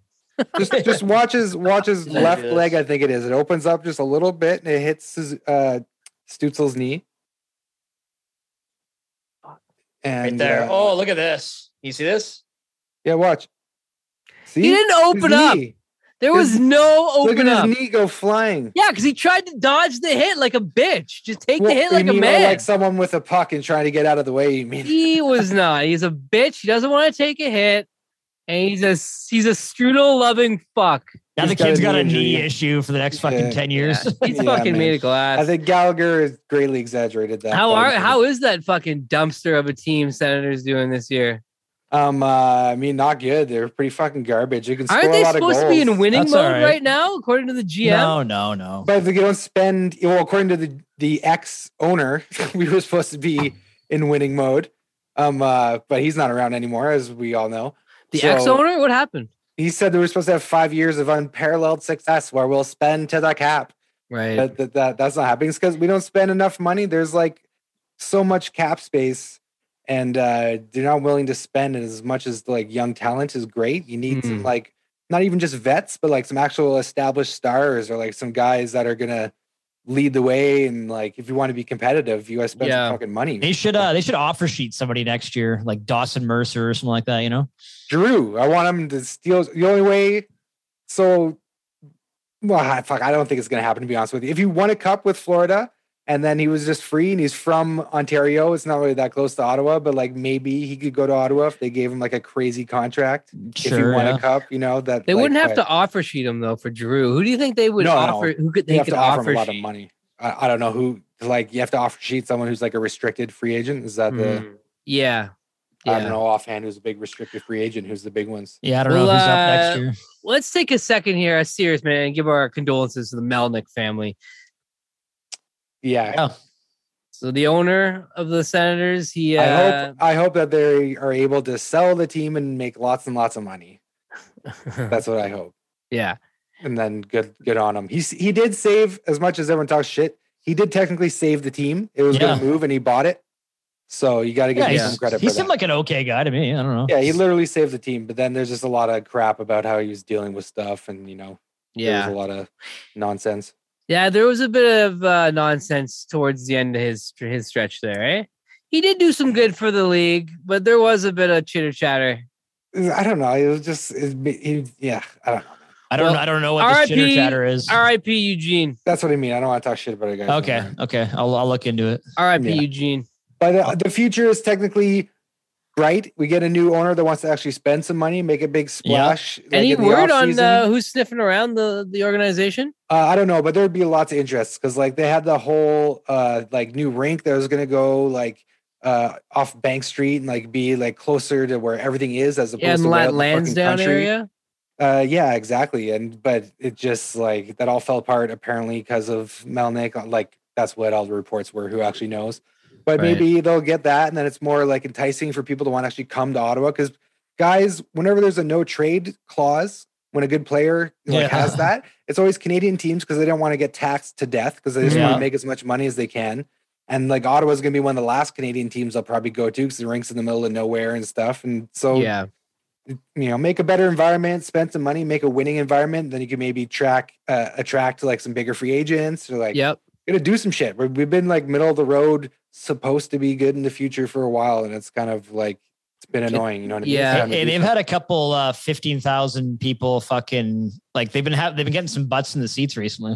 Speaker 4: Just just watch his watch his
Speaker 3: There it
Speaker 4: left
Speaker 3: is.
Speaker 4: leg. I think it is. It opens up just a little bit and it hits his uh, Stutzel's knee. And
Speaker 3: right there.
Speaker 4: uh,
Speaker 3: oh, look at this. You see this?
Speaker 4: yeah, watch. See,
Speaker 1: He didn't
Speaker 4: His
Speaker 1: open up.
Speaker 4: knee.
Speaker 1: There was
Speaker 4: His-
Speaker 1: no
Speaker 4: Look
Speaker 1: open
Speaker 4: at
Speaker 1: up.
Speaker 4: his knee go flying.
Speaker 1: Yeah, because he tried to dodge the hit like a bitch. Just take
Speaker 4: Well,
Speaker 1: the hit
Speaker 4: you
Speaker 1: like a
Speaker 4: mean,
Speaker 1: man.
Speaker 4: like someone with a puck and trying to get out of the way. You mean?
Speaker 1: he was not. He's a bitch. He doesn't want to take a hit, and he's a he's a strudel loving fuck.
Speaker 3: Now
Speaker 4: He's
Speaker 3: the
Speaker 4: got
Speaker 3: kid's
Speaker 4: a
Speaker 3: got
Speaker 4: knee
Speaker 3: a knee
Speaker 4: injury.
Speaker 3: issue for the next fucking
Speaker 4: Yeah.
Speaker 3: ten years.
Speaker 1: Yeah, He's
Speaker 4: Yeah,
Speaker 1: fucking
Speaker 4: man.
Speaker 1: made of glass.
Speaker 4: I think Gallagher has greatly exaggerated that.
Speaker 1: how
Speaker 4: but
Speaker 1: are
Speaker 4: he-
Speaker 1: how is that fucking dumpster of a team Senators doing this year?
Speaker 4: Um, uh, I mean, not good. They're pretty fucking garbage. You can score
Speaker 1: Aren't
Speaker 4: a
Speaker 1: they
Speaker 4: lot
Speaker 1: supposed
Speaker 4: of
Speaker 1: to
Speaker 4: goals.
Speaker 1: be in winning
Speaker 3: That's
Speaker 1: mode
Speaker 3: all right.
Speaker 1: right now, according to the GM?
Speaker 3: No, no, no.
Speaker 4: But if you don't spend, well, according to the the ex owner, we were supposed to be in winning mode. Um, uh, but he's not around anymore, as we all know.
Speaker 1: The
Speaker 4: So,
Speaker 1: ex owner? What happened?
Speaker 4: He said that we're supposed to have five years of unparalleled success where we'll spend to the cap.
Speaker 1: Right.
Speaker 4: That, that, that that's not happening. It's because we don't spend enough money. There's like so much cap space, and uh, they're not willing to spend as much as like young talent is great. You need some
Speaker 1: Hmm.
Speaker 4: like not even just vets, but like some actual established stars or like some guys that are gonna lead the way. And like if you want to be competitive, you gotta spend
Speaker 1: Yeah.
Speaker 4: some fucking money.
Speaker 3: They should uh they should offer sheet somebody next year, like Dawson Mercer or something like that, you know?
Speaker 4: Drew, I want him to steal. The only way, so, well, I- fuck, I don't think it's going to happen, to be honest with you. If he won a cup with Florida and then he was just free and he's from Ontario, it's not really that close to Ottawa, but like maybe he could go to Ottawa if they gave him like a crazy contract. if he
Speaker 3: Sure.
Speaker 4: won
Speaker 3: yeah.
Speaker 4: a cup, you know, that
Speaker 1: They
Speaker 4: like,
Speaker 1: wouldn't have
Speaker 4: but
Speaker 1: to offer sheet him though for Drew. Who do you think they would
Speaker 4: No, no.
Speaker 1: offer? Who could
Speaker 4: They
Speaker 1: they
Speaker 4: have
Speaker 1: could
Speaker 4: to offer him a lot
Speaker 1: sheet?
Speaker 4: of money. I, I don't know who, like, you have to offer sheet someone who's like a restricted free agent. Is that the,
Speaker 1: Hmm. Yeah.
Speaker 4: I don't
Speaker 1: Yeah.
Speaker 4: know offhand who's a big restricted free agent, who's the big ones.
Speaker 3: Yeah, I don't know
Speaker 1: Well,
Speaker 3: who's up
Speaker 1: uh,
Speaker 3: next year.
Speaker 1: Let's take a second here, a serious man, and give our condolences to the Melnick family.
Speaker 4: Yeah.
Speaker 3: Oh,
Speaker 1: So the owner of the Senators, he uh,
Speaker 4: I hope I hope that they are able to sell the team and make lots and lots of money. That's what I hope.
Speaker 1: yeah.
Speaker 4: And then good good on him. He s- he did save as much as everyone talks shit. He did technically save the team. It was going
Speaker 3: Yeah.
Speaker 4: to move and he bought it. So you got to give
Speaker 3: Yeah,
Speaker 4: him
Speaker 1: he's-
Speaker 4: some credit
Speaker 3: He
Speaker 4: for
Speaker 3: seemed
Speaker 4: that.
Speaker 3: like an okay guy to me. I don't know.
Speaker 4: yeah, he literally saved the team, but then there's just a lot of crap about how he was dealing with stuff and you know,
Speaker 1: Yeah.
Speaker 4: there's a lot of nonsense.
Speaker 1: Yeah, there was a bit of uh, nonsense towards the end of his his stretch there, eh? He did do some good for the league, but there was a bit of chitter chatter.
Speaker 4: I don't know. It was just it, it, yeah, I don't know.
Speaker 3: I don't
Speaker 1: Well,
Speaker 3: know. I don't know what this
Speaker 1: RIP
Speaker 3: chitter chatter is.
Speaker 1: R.I.P. Eugene.
Speaker 4: That's what I mean. I don't want to talk shit about a guy. no
Speaker 3: Okay.
Speaker 4: more.
Speaker 3: Okay. I'll I'll look into it.
Speaker 1: R.I.P.
Speaker 4: Yeah.
Speaker 1: Eugene.
Speaker 4: But uh, the future is technically bright. We get a new owner that wants to actually spend some money, make a big splash. like
Speaker 1: Any
Speaker 4: in the
Speaker 1: word on
Speaker 4: offseason.
Speaker 1: uh, who's sniffing around the the organization?
Speaker 4: Uh, I don't know, but there'd be lots of interest because like they had the whole uh like new rink that was gonna go like uh off Bank Street and like be like closer to where everything is as opposed
Speaker 1: Yeah, in
Speaker 4: to
Speaker 1: La-
Speaker 4: where the fucking
Speaker 1: Lansdowne
Speaker 4: country.
Speaker 1: area.
Speaker 4: Uh, yeah, exactly. And but it just like that all fell apart apparently because of Melnick. uh, Like that's what all the reports were. Who actually knows? But
Speaker 3: Right.
Speaker 4: maybe they'll get that, and then it's more like enticing for people to want to actually come to Ottawa. Because guys, whenever there's a no trade clause, when a good player like,
Speaker 3: Yeah.
Speaker 4: has that, it's always Canadian teams because they don't want to get taxed to death because they just want
Speaker 3: Yeah.
Speaker 4: to make as much money as they can. And like Ottawa's gonna be one of the last Canadian teams they'll probably go to because the rink's in the middle of nowhere and stuff. And so
Speaker 1: yeah.
Speaker 4: you know make a better environment spend some money make a winning environment then you can maybe track uh, attract like some bigger free agents or like
Speaker 1: Yep.
Speaker 4: gonna do some shit We're, we've been like middle of the road supposed to be good in the future for a while and it's kind of like it's been annoying you know what I mean? It's
Speaker 1: Yeah.
Speaker 4: time
Speaker 3: Hey,
Speaker 4: to do
Speaker 3: they've had a couple uh, fifteen thousand people fucking like they've been have they've been getting some butts in the seats recently.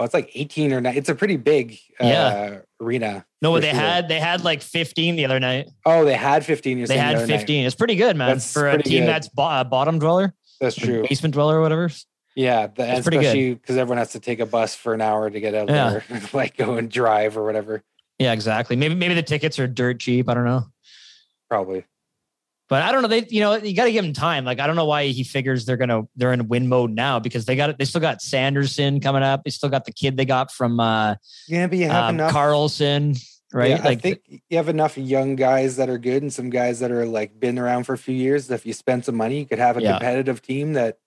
Speaker 4: oh it's like 18 or 9 it's a pretty big uh,
Speaker 3: Yeah.
Speaker 4: arena
Speaker 3: No,
Speaker 4: For
Speaker 3: they
Speaker 4: sure.
Speaker 3: had they had like fifteen the other night.
Speaker 4: oh they had 15 you're
Speaker 3: They
Speaker 4: saying the
Speaker 3: had
Speaker 4: other night.
Speaker 3: fifteen. It's pretty good, man,
Speaker 4: That's
Speaker 3: for a
Speaker 4: pretty
Speaker 3: team
Speaker 4: good.
Speaker 3: that's bo- uh, bottom dweller,
Speaker 4: that's true
Speaker 3: basement dweller, or whatever.
Speaker 4: Yeah, the,
Speaker 3: That's pretty good.
Speaker 4: especially because everyone has to take a bus for an hour to get out
Speaker 3: Yeah.
Speaker 4: there, like go and drive or whatever.
Speaker 3: Yeah, exactly. Maybe maybe the tickets are dirt cheap. I don't know.
Speaker 4: Probably.
Speaker 3: But I don't know. They, you know, you got to give him time. Like I don't know why he figures they're gonna they're in win mode now because they got they still got Sanderson coming up. They still got the kid they got from uh,
Speaker 4: Yeah, but you have
Speaker 3: um,
Speaker 4: enough.
Speaker 3: Carlson, right?
Speaker 4: yeah,
Speaker 3: like
Speaker 4: I think you have enough young guys that are good and some guys that are like been around for a few years. that If you spend some money, you could have a
Speaker 3: Yeah. Oh,
Speaker 4: competitive team that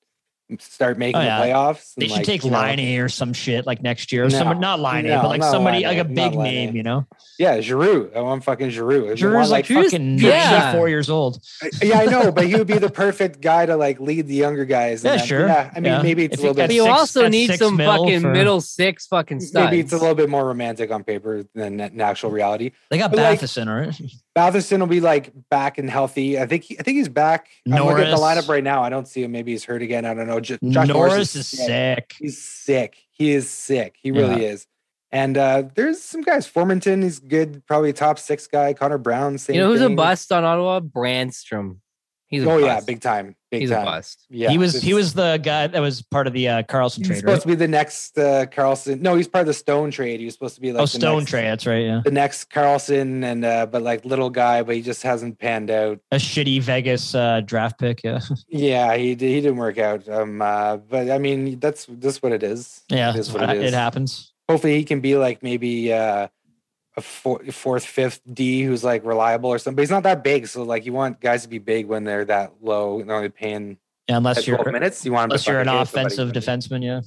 Speaker 4: start making
Speaker 3: yeah.
Speaker 4: the playoffs.
Speaker 3: they
Speaker 4: and,
Speaker 3: should
Speaker 4: like,
Speaker 3: take
Speaker 4: you know-
Speaker 3: Liney or some shit like next year. Or
Speaker 4: No.
Speaker 3: someone not Liney,
Speaker 4: No,
Speaker 3: but like
Speaker 4: not
Speaker 3: somebody
Speaker 4: Laine,
Speaker 3: like a
Speaker 4: not
Speaker 3: big
Speaker 4: Laine.
Speaker 3: name, you know?
Speaker 4: Yeah, Giroux. I want fucking Giroux. If you want,
Speaker 3: Giroux's like,
Speaker 1: Giroux's-
Speaker 3: fucking
Speaker 1: yeah.
Speaker 3: 34 years old.
Speaker 4: yeah, I know, but he would be the perfect guy to like lead the younger guys. in
Speaker 3: Yeah,
Speaker 4: that.
Speaker 3: sure.
Speaker 4: Yeah, I mean,
Speaker 3: Yeah.
Speaker 4: maybe it's
Speaker 3: If
Speaker 4: a
Speaker 3: you
Speaker 4: little
Speaker 1: But
Speaker 4: bit.
Speaker 3: got
Speaker 1: you
Speaker 3: six-
Speaker 1: also
Speaker 3: that's
Speaker 1: need
Speaker 3: six
Speaker 1: some
Speaker 3: mil
Speaker 1: fucking
Speaker 3: for-
Speaker 1: middle six fucking studs.
Speaker 4: Maybe it's a little bit more romantic on paper than that in actual reality.
Speaker 3: They got
Speaker 4: But, like,
Speaker 3: Matheson, right?
Speaker 4: Batherson will be like back and healthy. I think he, I think he's back. I'm looking at the
Speaker 3: Norris.
Speaker 4: lineup right now. I don't see him. Maybe he's hurt again. I don't know. Jo- Josh
Speaker 3: Norris, is
Speaker 4: sick.
Speaker 3: sick.
Speaker 4: He's sick. He is sick. He really is. And uh, there's some guys. Formanton is good. Probably top six guy. Connor Brown. Same
Speaker 1: you know who's a
Speaker 4: thing.
Speaker 1: bust on Ottawa? Brandstrom. He's a
Speaker 4: oh
Speaker 1: bust.
Speaker 4: yeah, big time. Big
Speaker 1: He's a
Speaker 4: time.
Speaker 1: bust.
Speaker 4: Yeah,
Speaker 3: he was he
Speaker 4: it's-
Speaker 3: was the guy that was part of the uh, Carlson
Speaker 4: He's
Speaker 3: trade,
Speaker 4: supposed
Speaker 3: right?
Speaker 4: to be the next uh, Carlson. No, he's part of the Stone trade. He was supposed to be like
Speaker 3: oh,
Speaker 4: the
Speaker 3: Stone
Speaker 4: next,
Speaker 3: trade. That's right. Yeah,
Speaker 4: the next Carlson, and uh, but like little guy, but he just hasn't panned out.
Speaker 3: a shitty Vegas uh, draft pick. Yeah,
Speaker 4: Yeah, he did, he didn't work out. Um, uh, but I mean, that's just what it is.
Speaker 3: yeah,
Speaker 4: It is what it
Speaker 3: it
Speaker 4: is.
Speaker 3: happens.
Speaker 4: Hopefully, he can be like maybe uh, a four, fourth, fifth D who's like reliable or something. But he's not that big, so like you want guys to be big when they're that low and only paying
Speaker 3: Yeah,
Speaker 4: at
Speaker 3: unless you're
Speaker 4: twelve minutes. You want him to
Speaker 3: unless you're an
Speaker 4: fucking hit somebody.
Speaker 3: offensive defenseman. Yeah,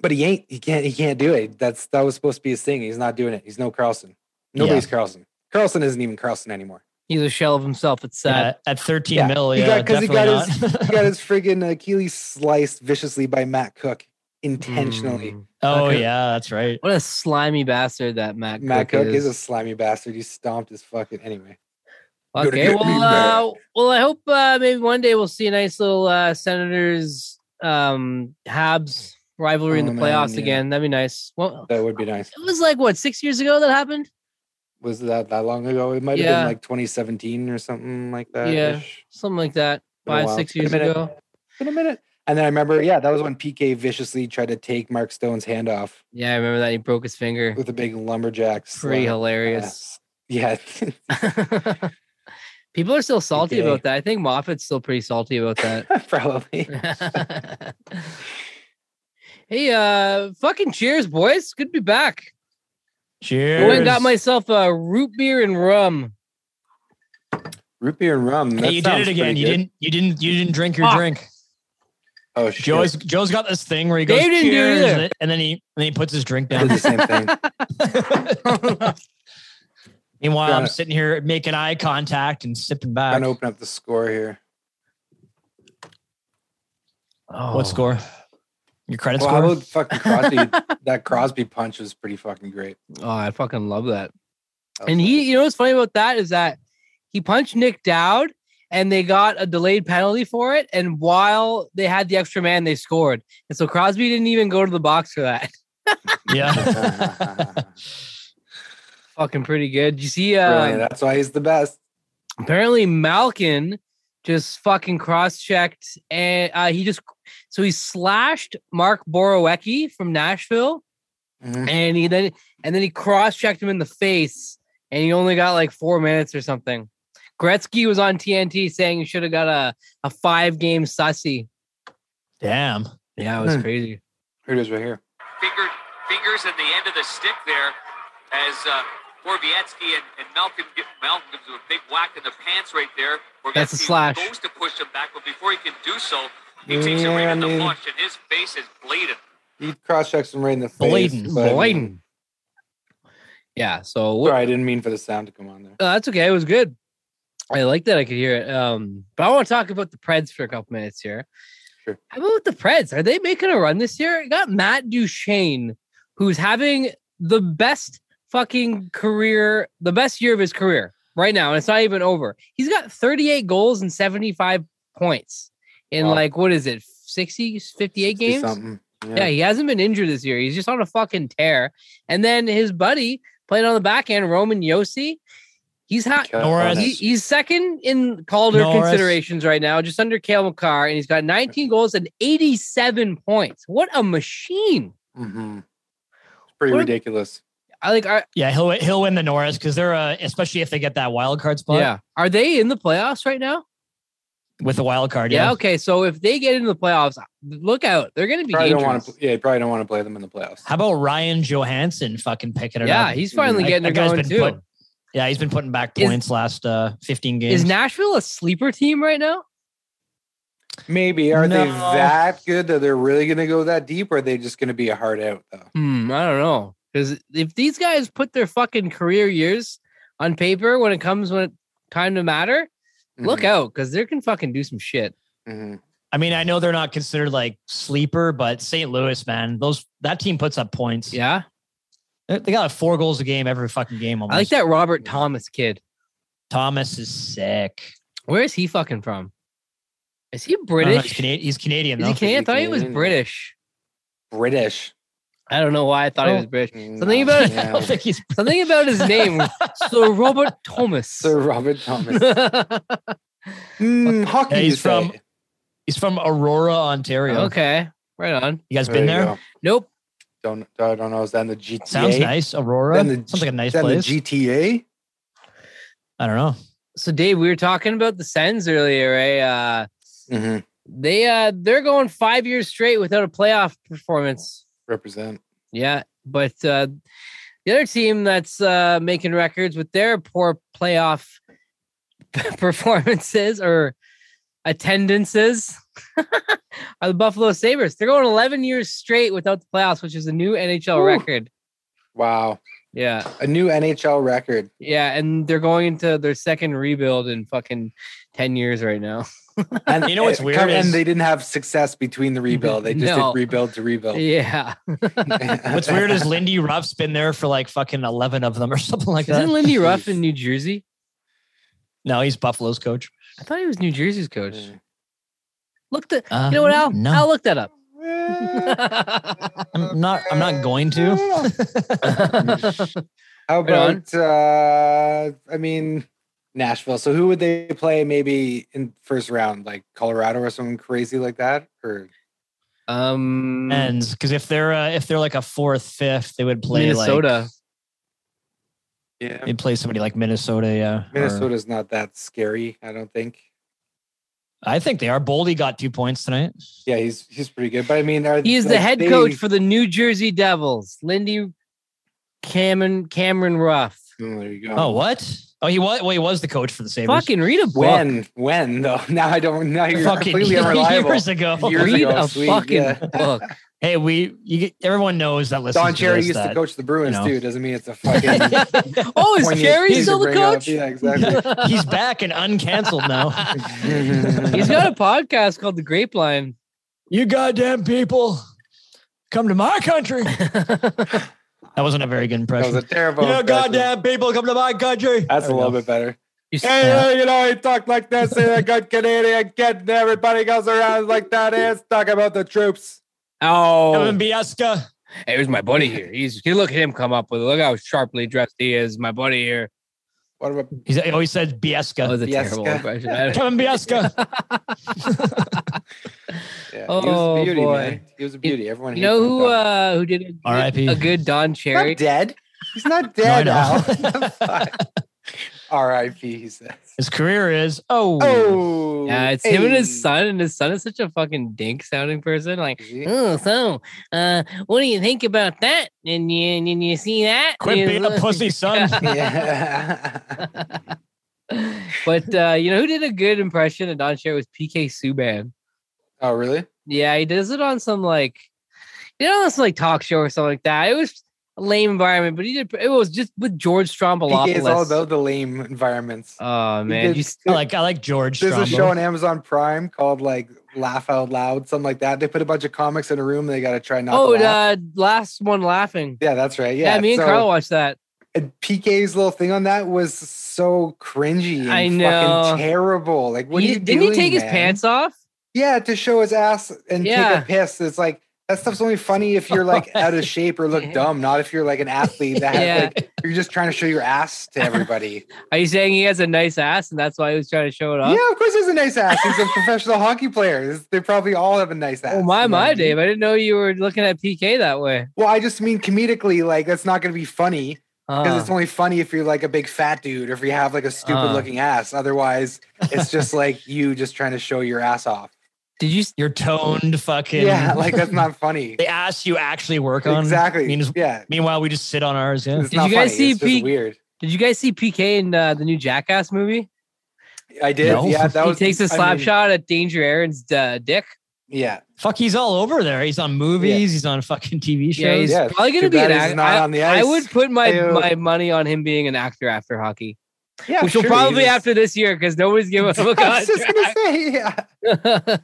Speaker 4: but he ain't. He can't. He can't do it. That's that was supposed to be his thing. He's not doing it. He's no Carlson. Nobody's Carlson. Carlson isn't even Carlson anymore.
Speaker 1: He's a shell of himself. It's sad.
Speaker 3: yeah at 13
Speaker 4: Yeah,
Speaker 3: mil.
Speaker 4: he
Speaker 3: Yeah,
Speaker 4: got- 'cause he
Speaker 3: definitely
Speaker 4: got
Speaker 3: not.
Speaker 4: He got his friggin' Achilles sliced viciously by Matt Cook intentionally.
Speaker 1: Mm.
Speaker 3: oh
Speaker 1: Okay.
Speaker 3: yeah, that's right.
Speaker 1: What a slimy bastard that Matt,
Speaker 4: Matt Cook is. a slimy bastard. He stomped his fucking anyway. Gotta
Speaker 1: Okay,
Speaker 4: get me
Speaker 1: well, uh, well, I hope uh, maybe one day we'll see a nice little uh, Senators um Habs rivalry in
Speaker 4: Oh,
Speaker 1: the
Speaker 4: man,
Speaker 1: playoffs
Speaker 4: yeah.
Speaker 1: again. That'd be nice. Well,
Speaker 4: That would be nice.
Speaker 1: it was like what six years ago that happened.
Speaker 4: Was that that long ago? It might have
Speaker 1: Yeah.
Speaker 4: been like 2017 or something like that.
Speaker 1: Yeah. Something like that.
Speaker 4: Been a
Speaker 1: Five,
Speaker 4: while.
Speaker 1: six
Speaker 4: Been a
Speaker 1: years
Speaker 4: minute.
Speaker 1: ago.
Speaker 4: In a minute. And then I remember, yeah, that was when PK viciously tried to take Mark Stone's hand off
Speaker 1: Yeah, I remember that he broke his finger.
Speaker 4: with a big lumberjack.
Speaker 1: Pretty
Speaker 4: slam.
Speaker 1: hilarious.
Speaker 4: Yeah.
Speaker 1: People are still salty
Speaker 4: Okay.
Speaker 1: about that. I think Moffat's still pretty salty about that.
Speaker 4: Probably.
Speaker 1: hey, uh, fucking cheers, boys. Good to be back. I
Speaker 3: Cheers.
Speaker 1: went and got myself a root beer and rum.
Speaker 4: Root beer and rum.
Speaker 3: Hey,
Speaker 4: that
Speaker 3: you did
Speaker 4: sounds
Speaker 3: it again.
Speaker 4: pretty
Speaker 3: You
Speaker 4: good.
Speaker 3: didn't. You didn't. You didn't drink your
Speaker 1: Fuck.
Speaker 3: drink.
Speaker 4: Oh, shit.
Speaker 3: Joe's Joe's got this thing where he goes
Speaker 1: Dave didn't do it
Speaker 3: cheers,
Speaker 1: either.
Speaker 3: and then- and then he and then he puts his drink
Speaker 4: I did
Speaker 3: down.
Speaker 4: the same thing.
Speaker 3: Meanwhile, I'm
Speaker 4: Gotta-
Speaker 3: sitting here making eye contact and sipping back.
Speaker 4: Trying to open up the score here.
Speaker 1: Oh.
Speaker 3: What score? Your credit
Speaker 4: Well,
Speaker 3: score?
Speaker 4: how about fucking Crosby? that Crosby punch was pretty fucking great.
Speaker 1: Oh, I fucking love that.
Speaker 4: That was
Speaker 1: And he, you know what's funny about that is that he punched Nick Dowd and they got a delayed penalty for it. And while they had the extra man, they scored. And so Crosby didn't even go to the box for that.
Speaker 3: yeah.
Speaker 4: Brilliant.
Speaker 1: Fucking pretty good. You see, uh,
Speaker 4: That's why he's the best.
Speaker 1: apparently Malkin just fucking cross checked and uh, he just, so he slashed Mark Borowecki from Nashville.
Speaker 4: Mhm.
Speaker 1: and he then and then he cross checked him in the face, and he only got like four minutes or something. Gretzky was on TNT saying he should have got a, a five game sussy.
Speaker 3: Damn.
Speaker 1: Yeah, it was
Speaker 4: Hmm.
Speaker 1: crazy.
Speaker 4: Here it is right here.
Speaker 2: fingered fingers and the end of the stick there as uh, Borbietsky and, and Malcolm get, Malcolm gives him a big whack in the pants right there.
Speaker 1: That's a
Speaker 2: Borbietsky
Speaker 1: slash.
Speaker 2: Goes to push him back, but before he can do so, he takes him right
Speaker 4: Yeah,
Speaker 2: in
Speaker 4: I
Speaker 2: the
Speaker 4: mean-
Speaker 2: flush, and his face is bleeding.
Speaker 4: He cross checks him right in the face.
Speaker 3: Bladen.
Speaker 4: but I mean-
Speaker 1: Boyden. Yeah, so what-
Speaker 4: Sorry, I didn't mean for the sound to come on there.
Speaker 1: uh, that's okay. It was good. I like that I could hear it. Um, but I want to talk about the Preds for a couple minutes here.
Speaker 4: Sure.
Speaker 1: How about the Preds? Are they making a run this year? You got Matt Duchene, who's having the best fucking career, the best year of his career right now, and it's not even over. He's got 38 goals and 75 points in
Speaker 4: Wow.
Speaker 1: like what is it, 60, 58
Speaker 4: Do
Speaker 1: games?
Speaker 4: Something. Yeah.
Speaker 1: Yeah, he hasn't been injured this year. He's just on a fucking tear. And then his buddy playing on the back end, Roman Yossi, He's hot.
Speaker 4: Kale
Speaker 3: Norris.
Speaker 1: He,
Speaker 4: O'Connor.
Speaker 1: he's second in Calder
Speaker 3: Norris.
Speaker 1: considerations right now, just under Kale McCarr, and he's got 19 goals and 87 points. What a machine!
Speaker 4: Mhm. It's pretty
Speaker 1: What-
Speaker 4: ridiculous.
Speaker 1: I like. Are,
Speaker 3: Yeah, he'll he'll win the Norris because they're uh, especially if they get that wild card spot
Speaker 1: yeah, are they in the playoffs right now?
Speaker 3: with the wild card.
Speaker 1: Yeah.
Speaker 3: Yeah,
Speaker 1: Okay. So if they get into the playoffs, look out. They're going to be
Speaker 4: Probably don't want
Speaker 1: dangerous.
Speaker 4: to. Yeah, probably don't want to play them in the playoffs.
Speaker 3: How about Ryan Johansson fucking picking it up?
Speaker 1: Yeah, he's finally
Speaker 3: That-
Speaker 1: getting
Speaker 3: that
Speaker 1: it
Speaker 3: guy's
Speaker 1: going
Speaker 3: been
Speaker 1: too.
Speaker 3: put- yeah, he's been putting back
Speaker 1: Is-
Speaker 3: points last uh, 15 games.
Speaker 1: Is Nashville a sleeper team right now?
Speaker 4: Maybe are they
Speaker 3: No.
Speaker 4: that good that they're really going to go that deep, or are they just going to be a hard out though?
Speaker 1: Hmm, I don't know. Because if these guys put their fucking career years on paper when it comes when it, time to matter,
Speaker 4: Mm-hmm.
Speaker 3: Mm-hmm.
Speaker 1: look out because they can fucking do some shit.
Speaker 4: Mhm.
Speaker 3: I mean, I know they're not considered like sleeper, but St. Louis, man, those that team puts up points.
Speaker 1: Yeah,
Speaker 3: They- they got like four goals a game every fucking game. Almost.
Speaker 1: I like that Robert Thomas kid.
Speaker 3: Thomas is sick.
Speaker 1: Where is he fucking from? Is he
Speaker 3: I don't know, he's,
Speaker 1: British?
Speaker 3: Cana- he's Canadian
Speaker 1: Is
Speaker 3: though.
Speaker 1: he Canadian? I thought he was
Speaker 4: Canadian?
Speaker 1: British.
Speaker 4: British.
Speaker 1: I don't know why I thought he
Speaker 3: Oh.
Speaker 1: was British.
Speaker 4: No,
Speaker 1: Something about
Speaker 3: I don't think he's.
Speaker 1: something about his name, Sir Robert Thomas.
Speaker 4: Sir Robert Thomas. Mm, hockey.
Speaker 3: Yeah,
Speaker 4: you
Speaker 3: he's from-
Speaker 4: say.
Speaker 3: He's from Aurora, Ontario.
Speaker 1: okay, right on.
Speaker 3: You guys
Speaker 4: you
Speaker 3: been there?
Speaker 4: go.
Speaker 1: Nope.
Speaker 4: Don't I don't know. Is that in the GTA?
Speaker 3: Sounds nice. Aurora
Speaker 4: Then the
Speaker 3: sounds like a nice
Speaker 4: Is that in the
Speaker 3: place.
Speaker 4: GTA?
Speaker 3: I don't know.
Speaker 1: So Dave, we were talking about the Sens earlier, right? Uh,
Speaker 4: Mhm.
Speaker 1: they uh they're going five years straight without a playoff performance.
Speaker 4: Represent.
Speaker 1: Yeah, but uh the other team that's uh making records with their poor playoff performances or attendances are the Buffalo Sabres. They're going 11 years straight without the playoffs, which is a new NHL
Speaker 4: Woo.
Speaker 1: record.
Speaker 4: Wow,
Speaker 1: Yeah.
Speaker 4: a new NHL record.
Speaker 1: Yeah, and they're going into their second rebuild in fucking 10 years right now.
Speaker 4: And
Speaker 3: You know what's
Speaker 4: it-
Speaker 3: weird
Speaker 4: come-
Speaker 3: is-
Speaker 4: and they didn't have success between the rebuild. They just
Speaker 1: No.
Speaker 4: did rebuild to rebuild.
Speaker 1: Yeah.
Speaker 3: What's weird is Lindy Ruff's been there for like fucking eleven of them or something like that.
Speaker 1: Isn't Lindy Ruff in New Jersey?
Speaker 3: no, he's Buffalo's coach.
Speaker 1: I thought he was New Jersey's coach.
Speaker 4: Mm.
Speaker 1: Look the
Speaker 3: Uh,
Speaker 1: you know what, Al?
Speaker 3: no.
Speaker 1: I'll look that up.
Speaker 3: I'm not. I'm not going to.
Speaker 4: How
Speaker 1: Right on.
Speaker 4: about uh I mean Nashville. So who would they play maybe in first round? Like Colorado or something crazy like that? Or
Speaker 1: um
Speaker 3: ends because if they're uh, if they're like a fourth, fifth, they would play
Speaker 1: Minnesota.
Speaker 4: yeah.
Speaker 3: Like, they'd play somebody like Minnesota. Yeah, or-
Speaker 4: Minnesota's not that scary, I don't think.
Speaker 3: I think they are. Boldy got two points tonight.
Speaker 4: Yeah, he's he's pretty good. But I mean are
Speaker 1: he is the
Speaker 4: like,
Speaker 1: head
Speaker 4: they-
Speaker 1: coach for the New Jersey Devils, Lindy Cameron Cameron Ruff.
Speaker 4: Oh, there you go.
Speaker 3: Oh, what? Oh, he was. Well, he was the coach for the Sabres.
Speaker 1: Fucking read a book.
Speaker 4: when? When though? Now I don't now you're
Speaker 3: Fucking
Speaker 4: completely unreliable.
Speaker 3: years ago.
Speaker 4: Years
Speaker 1: read
Speaker 4: ago,
Speaker 1: a
Speaker 4: sweet,
Speaker 1: fucking
Speaker 4: yeah.
Speaker 1: book.
Speaker 3: Hey, we. You, get- everyone knows that. Listen,
Speaker 4: Don Cherry
Speaker 3: to
Speaker 4: used
Speaker 3: this,
Speaker 4: to
Speaker 3: that-
Speaker 4: coach the Bruins
Speaker 3: know.
Speaker 4: too. Doesn't mean it's a fucking
Speaker 1: Oh, is
Speaker 4: poignant
Speaker 1: Cherry
Speaker 4: thing to
Speaker 1: still the
Speaker 4: bring up.
Speaker 1: coach?
Speaker 4: Yeah, exactly.
Speaker 3: He's back and uncanceled now.
Speaker 1: He's got a podcast called The Grape Line.
Speaker 3: you goddamn people, come to my country. That wasn't a very good
Speaker 4: That
Speaker 3: impression.
Speaker 4: was a terrible. impression.
Speaker 3: people, come to my country.
Speaker 4: That's a little bit better.
Speaker 1: You s-
Speaker 4: Hey, you know, he talked like this. He's a good Canadian kid. and Everybody goes around like that. He's talking about the troops.
Speaker 1: Oh,
Speaker 3: Evan uh, Biesca.
Speaker 1: hey, here's my buddy here. He's he- look at him come up with it. Look how sharply dressed he is. My buddy here.
Speaker 4: What about
Speaker 3: He's, he always says Biesca.
Speaker 1: That was a
Speaker 4: Yes,
Speaker 1: terrible
Speaker 4: guy.
Speaker 1: impression. I-
Speaker 3: Kevin Biesca.
Speaker 4: yeah, he was
Speaker 1: Oh,
Speaker 4: a beauty,
Speaker 1: boy.
Speaker 4: man. He was a beauty. Everyone
Speaker 1: You
Speaker 4: hates
Speaker 1: know
Speaker 4: him,
Speaker 1: who
Speaker 4: but-
Speaker 1: uh who did a,
Speaker 3: R.I.P..
Speaker 1: a good Don
Speaker 4: He's not
Speaker 1: Cherry?
Speaker 4: dead. He's not dead,
Speaker 3: No, I
Speaker 4: Al.
Speaker 3: know.
Speaker 4: What the fuck? R.I.P. He says.
Speaker 3: His career is oh,
Speaker 4: Oh,
Speaker 1: Yeah, it's him and his
Speaker 4: hey.
Speaker 1: son, and his son is such a fucking dink sounding person. Like,
Speaker 4: Is he?
Speaker 1: oh, so uh, what do you think about that? And you and you- you see that?
Speaker 3: quit
Speaker 1: You
Speaker 3: being a
Speaker 1: look-
Speaker 3: pussy son.
Speaker 4: Yeah.
Speaker 1: But uh, you know who did a good impression of Don Cherry was PK Subban.
Speaker 4: oh, really?
Speaker 1: Yeah, he does it on some like, you know, on some like talk show or something like that. It was a lame environment, but he did. It was just with George Strombolopoulos.
Speaker 4: PK is all about the lame environments.
Speaker 1: oh
Speaker 4: He
Speaker 1: man,
Speaker 4: did-
Speaker 1: you s-
Speaker 3: I like I like George.
Speaker 4: There's a
Speaker 3: Strombo.
Speaker 4: show on Amazon Prime called like Laugh Out Loud, something like that. They put a bunch of comics in a room. They got to try not.
Speaker 1: oh,
Speaker 4: to laugh.
Speaker 1: uh, last one laughing.
Speaker 4: yeah, that's right.
Speaker 1: Yeah,
Speaker 4: Yeah,
Speaker 1: me and
Speaker 4: so-
Speaker 1: Carl watched that.
Speaker 4: And PK's little thing on that was so cringy. And
Speaker 1: I know.
Speaker 4: Fucking terrible. Like, what
Speaker 1: He-
Speaker 4: are you
Speaker 1: didn't
Speaker 4: doing,
Speaker 1: he take his
Speaker 4: man?
Speaker 1: pants off?
Speaker 4: Yeah, to show his ass and
Speaker 1: Yeah. Oh,
Speaker 4: take a piss. It's like that stuff's only funny if you're like out of shape or look dumb, not if you're like an athlete that has,
Speaker 1: Yeah.
Speaker 4: like, you're just trying to show your ass to everybody.
Speaker 1: Are you saying he has a nice ass and that's why he was trying to show it off?
Speaker 4: Yeah, of course he's a nice ass. He's a professional hockey player. They probably all have a nice ass.
Speaker 1: Oh my
Speaker 4: you know what I
Speaker 1: my,
Speaker 4: mean?
Speaker 1: Dave! I didn't know you were looking at PK that way.
Speaker 4: Well, I just mean comedically, like that's not going to be funny because
Speaker 1: Uh,
Speaker 4: it's only funny if you're like a big fat dude or if you have like a stupid
Speaker 1: Uh.
Speaker 4: looking ass. Otherwise, it's just like you just trying to show your ass off.
Speaker 1: did you?
Speaker 3: Your toned fucking
Speaker 4: Yeah, like that's not funny.
Speaker 3: the ass you actually work on.
Speaker 4: exactly.
Speaker 3: Means-
Speaker 4: yeah.
Speaker 3: Meanwhile, we just sit on ours. Yeah.
Speaker 4: It's
Speaker 1: Did
Speaker 4: not
Speaker 1: you guys
Speaker 4: funny.
Speaker 1: see
Speaker 4: it's just
Speaker 1: Pete-
Speaker 4: weird.
Speaker 1: Did you guys see PK in uh, the new Jackass movie?
Speaker 4: I did.
Speaker 3: No.
Speaker 4: Yeah, that
Speaker 1: he
Speaker 4: was
Speaker 1: takes a
Speaker 4: I
Speaker 1: slap
Speaker 4: mean,
Speaker 1: shot at Danger Aaron's uh, dick.
Speaker 4: Yeah.
Speaker 3: Fuck, he's all over there. He's on movies. He's on fucking TV
Speaker 1: Yeah,
Speaker 3: shows.
Speaker 1: he's
Speaker 4: Yeah,
Speaker 1: probably going to
Speaker 4: too
Speaker 1: be
Speaker 4: bad
Speaker 1: an
Speaker 4: he's
Speaker 1: actor.
Speaker 4: not
Speaker 1: I,
Speaker 4: on the
Speaker 1: I
Speaker 4: ice.
Speaker 1: would put my
Speaker 4: Ew.
Speaker 1: my money on him being an actor after hockey,
Speaker 4: Yeah,
Speaker 1: which will
Speaker 4: sure,
Speaker 1: probably
Speaker 4: he's-
Speaker 1: after this year because nobody's giving him a
Speaker 4: I was just
Speaker 1: contract.
Speaker 4: gonna say, yeah,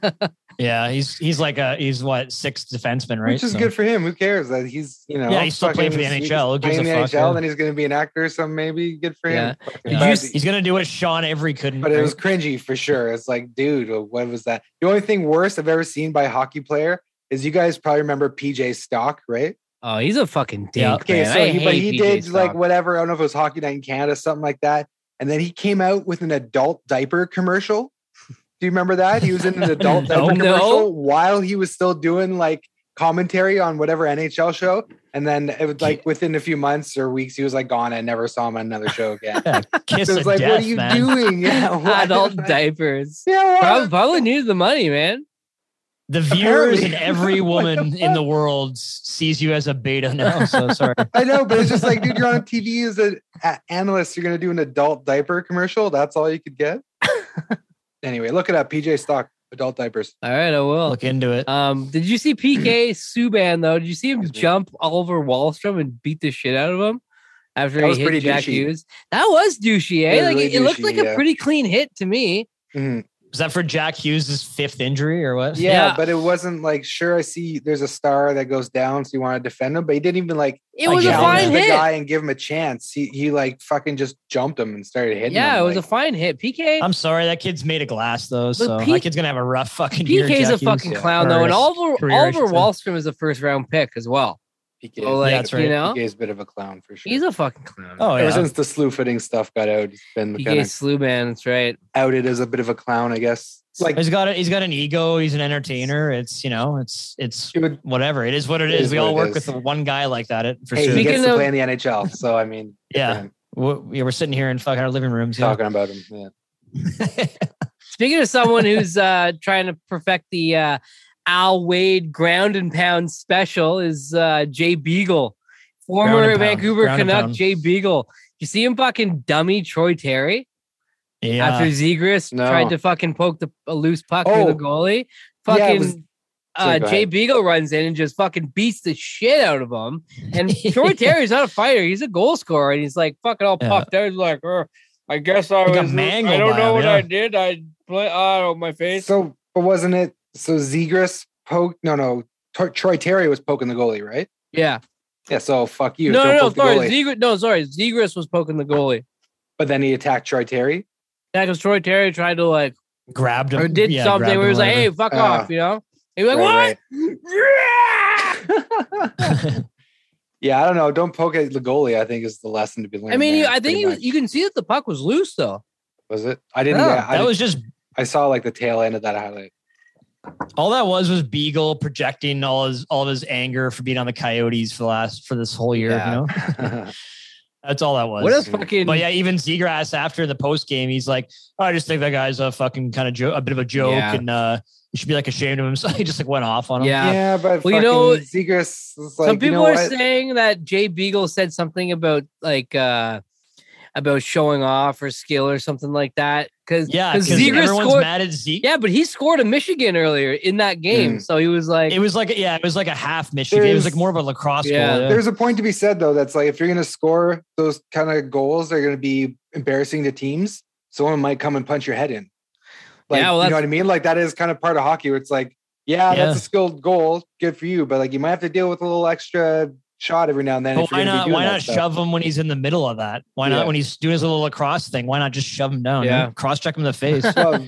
Speaker 3: Yeah, he's he's like a he's what sixth defenseman, right?
Speaker 4: which is
Speaker 3: So-
Speaker 4: good for him. Who cares that he's you know
Speaker 3: Yeah, he's still playing for the
Speaker 4: fucking- he's
Speaker 3: NHL. Who gives
Speaker 4: Playing the
Speaker 3: a fuck,
Speaker 4: NHL,
Speaker 3: yeah.
Speaker 4: then he's gonna be an actor. So maybe good for him. Fucking
Speaker 3: Did you
Speaker 4: bad
Speaker 3: s-
Speaker 4: that-
Speaker 3: he's gonna do what Sean Every couldn't.
Speaker 4: but it
Speaker 3: right?
Speaker 4: was cringy for sure. It's like, dude, what was that? The only thing worse I've ever seen by a hockey player is you guys probably remember PJ Stock, right?
Speaker 1: oh, he's a fucking
Speaker 3: Yeah.
Speaker 1: dink.
Speaker 4: Okay,
Speaker 1: man.
Speaker 4: so
Speaker 1: I
Speaker 4: he, but
Speaker 1: hate
Speaker 4: he
Speaker 1: PJ
Speaker 4: did like
Speaker 1: Stock.
Speaker 4: whatever. I don't know if it was Hockey Night in Canada, something like that. And then he came out with an adult diaper commercial. Do you remember that? He was in an adult
Speaker 3: No.
Speaker 4: diaper
Speaker 1: No.
Speaker 4: commercial while he was still doing like commentary on whatever NHL show. And then it was like within a few months or weeks, he was like gone. I never saw him on another show again.
Speaker 3: kiss
Speaker 4: so
Speaker 3: of
Speaker 4: it's like,
Speaker 3: death,
Speaker 4: what are you
Speaker 3: man.
Speaker 4: doing? Yeah, why-
Speaker 1: adult diapers.
Speaker 4: Yeah, why-
Speaker 1: Probably, probably needed the money, man.
Speaker 3: The viewers
Speaker 4: Apparently.
Speaker 3: and every
Speaker 4: What the
Speaker 3: woman in the
Speaker 4: fuck?
Speaker 3: world s- sees you as a beta now. Oh, So sorry.
Speaker 4: I know, but it's just like, dude, you're on TV as an a- analyst. You're gonna do an adult diaper commercial. That's all you could get. anyway, look it up. PJ Stock adult diapers.
Speaker 1: All right, I will.
Speaker 3: Look into it. Uh,
Speaker 1: Um, did you see PK Subban though? Did you see him
Speaker 4: Excuse me.
Speaker 1: jump Oliver Wallstrom and beat the shit out of him after
Speaker 4: That
Speaker 1: he
Speaker 4: was
Speaker 1: hit
Speaker 4: pretty
Speaker 1: Jack
Speaker 4: douchey.
Speaker 1: Hughes? That was douchey, eh?
Speaker 4: It was
Speaker 1: like
Speaker 4: really
Speaker 1: it, it looked
Speaker 4: douchey,
Speaker 1: like a
Speaker 4: yeah.
Speaker 1: pretty clean hit to me.
Speaker 4: Mhm.
Speaker 3: Is that for Jack Hughes' fifth injury or what?
Speaker 4: Yeah,
Speaker 1: Yeah.
Speaker 4: but it wasn't like sure. I see there's a star that goes down, so you want to defend him, but he didn't even like
Speaker 1: It
Speaker 3: I
Speaker 1: was a
Speaker 3: get it.
Speaker 4: challenge
Speaker 1: fine
Speaker 4: the
Speaker 1: hit.
Speaker 4: guy and give him a chance. He he like fucking just jumped him and started hitting.
Speaker 1: Yeah,
Speaker 4: him.
Speaker 1: it was
Speaker 4: like,
Speaker 1: a fine hit. PK
Speaker 3: I'm sorry, that kid's made of glass though. So
Speaker 1: P-
Speaker 3: that kid's gonna have a rough fucking year.
Speaker 1: PK's
Speaker 3: Jack
Speaker 1: a
Speaker 3: Hughes.
Speaker 1: fucking
Speaker 4: yeah.
Speaker 1: clown though,
Speaker 3: Or
Speaker 1: and
Speaker 3: his
Speaker 1: Oliver
Speaker 3: career, I
Speaker 1: Oliver
Speaker 3: should say.
Speaker 1: Wallstrom is a first round pick as well.
Speaker 4: PK.
Speaker 1: So like
Speaker 3: that's right.
Speaker 1: you know,
Speaker 4: PK is a bit of a clown for sure.
Speaker 1: he's a fucking clown.
Speaker 3: Oh
Speaker 4: Ever
Speaker 3: yeah.
Speaker 4: since the slew footing stuff got out, he's been
Speaker 1: PK
Speaker 4: kind of
Speaker 1: Subban, that's right.
Speaker 4: outed as a bit of a clown, I guess. Like
Speaker 3: He's got a, he's got an ego. He's an entertainer. It's you know it's it's
Speaker 4: it would-
Speaker 3: whatever. It is what it
Speaker 4: It
Speaker 3: is.
Speaker 4: is
Speaker 3: We
Speaker 4: what
Speaker 3: all
Speaker 4: it
Speaker 3: work
Speaker 4: is.
Speaker 3: with the one guy like that. It, for
Speaker 4: hey,
Speaker 3: sure.
Speaker 4: he gets
Speaker 1: Speaking
Speaker 4: to
Speaker 1: of-
Speaker 4: play in the NHL, so I mean, good for
Speaker 3: Yeah.
Speaker 4: him.
Speaker 3: We're, yeah, we're sitting here in fucking our living rooms. Yeah.
Speaker 4: talking about him. Yeah.
Speaker 1: Speaking of someone who's uh, trying to perfect the uh, Al Wade ground and pound special is uh, Jay Beagle,
Speaker 3: Ground
Speaker 1: former
Speaker 3: and pound.
Speaker 1: Vancouver
Speaker 3: Ground and
Speaker 1: Canuck
Speaker 3: pound.
Speaker 1: Jay Beagle. You see him fucking dummy Troy Terry
Speaker 3: yeah.
Speaker 1: after Zegras
Speaker 4: No.
Speaker 1: tried to fucking poke the, a loose puck through
Speaker 4: Oh.
Speaker 1: the goalie.
Speaker 4: Yeah, it
Speaker 1: Fucking
Speaker 4: was-
Speaker 1: uh,
Speaker 4: Sorry, go
Speaker 1: Jay
Speaker 4: ahead.
Speaker 1: Beagle runs in and just fucking beats the shit out of him. And Troy Terry's not a fighter; he's a goal scorer, and he's like fucking all
Speaker 3: Yeah.
Speaker 1: puffed out. He's like, "Er, I guess I
Speaker 3: He got
Speaker 1: was. I
Speaker 3: mangled
Speaker 1: don't
Speaker 3: by
Speaker 1: know
Speaker 3: him,
Speaker 1: what
Speaker 3: yeah.
Speaker 1: I did. I play oh, my face.
Speaker 4: So, but wasn't it? So Zegras poked. No, no. Tor- Troy Terry was poking the goalie, right?
Speaker 1: yeah.
Speaker 4: Yeah. So fuck you.
Speaker 1: no,
Speaker 4: don't
Speaker 1: no, no.
Speaker 4: poke the
Speaker 1: Sorry,
Speaker 4: goalie.
Speaker 1: Zegras. No, sorry. Zegras was poking the goalie.
Speaker 4: but then he attacked Troy Terry.
Speaker 1: Yeah, because Troy Terry tried to like
Speaker 3: grabbed him
Speaker 1: or did
Speaker 3: yeah,
Speaker 1: something
Speaker 3: grabbed
Speaker 1: where he
Speaker 3: him
Speaker 1: was
Speaker 3: or
Speaker 1: like, "Hey,
Speaker 3: whatever.
Speaker 1: fuck
Speaker 4: Uh,
Speaker 1: off," you know. He was like, "What?"
Speaker 4: Right, right. yeah, I don't know. Don't poke at the goalie. I think is the lesson to be learned.
Speaker 1: I mean, you,
Speaker 4: there,
Speaker 1: I think
Speaker 4: pretty
Speaker 1: he was,
Speaker 4: much.
Speaker 1: you can see that the puck was loose though.
Speaker 4: was it. I didn't.
Speaker 1: Yeah,
Speaker 4: yeah, I,
Speaker 3: that
Speaker 4: did-
Speaker 3: was just
Speaker 4: I saw like the tail end of that highlight.
Speaker 3: all that was was Beagle projecting all his all of his anger for being on the Coyotes for the last for this whole year.
Speaker 1: Yeah.
Speaker 3: You know, that's all that was.
Speaker 1: What a fucking
Speaker 3: but yeah, even Zegras after the post game, he's like, "Oh, I just think that guy's a fucking kind of joke, a bit of a joke,
Speaker 1: Yeah.
Speaker 3: and uh, he should be like ashamed of himself." He just like went off on him.
Speaker 1: yeah.
Speaker 4: yeah, but
Speaker 1: Well, you
Speaker 4: fucking
Speaker 1: know,
Speaker 4: Zegras. Is like,
Speaker 1: Some people
Speaker 4: you know
Speaker 1: are
Speaker 4: what?
Speaker 1: saying that Jay Beagle said something about like uh about showing off or skill or something like that. Because
Speaker 3: yeah, because
Speaker 1: Zegras
Speaker 3: everyone's
Speaker 1: scored.
Speaker 3: mad at Zeke.
Speaker 1: Yeah, but he scored a Michigan earlier in that game, so he was like,
Speaker 3: It was like yeah, it was like a half Michigan. It was
Speaker 4: There's-
Speaker 3: like more of a lacrosse
Speaker 1: Yeah.
Speaker 3: goal.
Speaker 4: There's a point to be said though. That's like if you're going to score those kind of goals, they're going to be embarrassing to teams. Someone might come and punch your head in. Like
Speaker 1: Yeah, well,
Speaker 4: you know
Speaker 1: that's-
Speaker 4: what I mean? Like that is kind of part of hockey. Where it's like, yeah,
Speaker 3: Yeah.
Speaker 4: that's a skilled goal, good for you, but like you might have to deal with a little extra shot every now and then.
Speaker 3: But
Speaker 4: if you're
Speaker 3: why
Speaker 4: gonna be
Speaker 3: not?
Speaker 4: doing
Speaker 3: Why
Speaker 4: that
Speaker 3: not
Speaker 4: stuff.
Speaker 3: shove him when he's in the middle of that? Why
Speaker 4: Yeah.
Speaker 3: not when he's doing his little lacrosse thing? Why not just shove him down?
Speaker 1: Yeah.
Speaker 3: cross check him in the face.
Speaker 4: Well,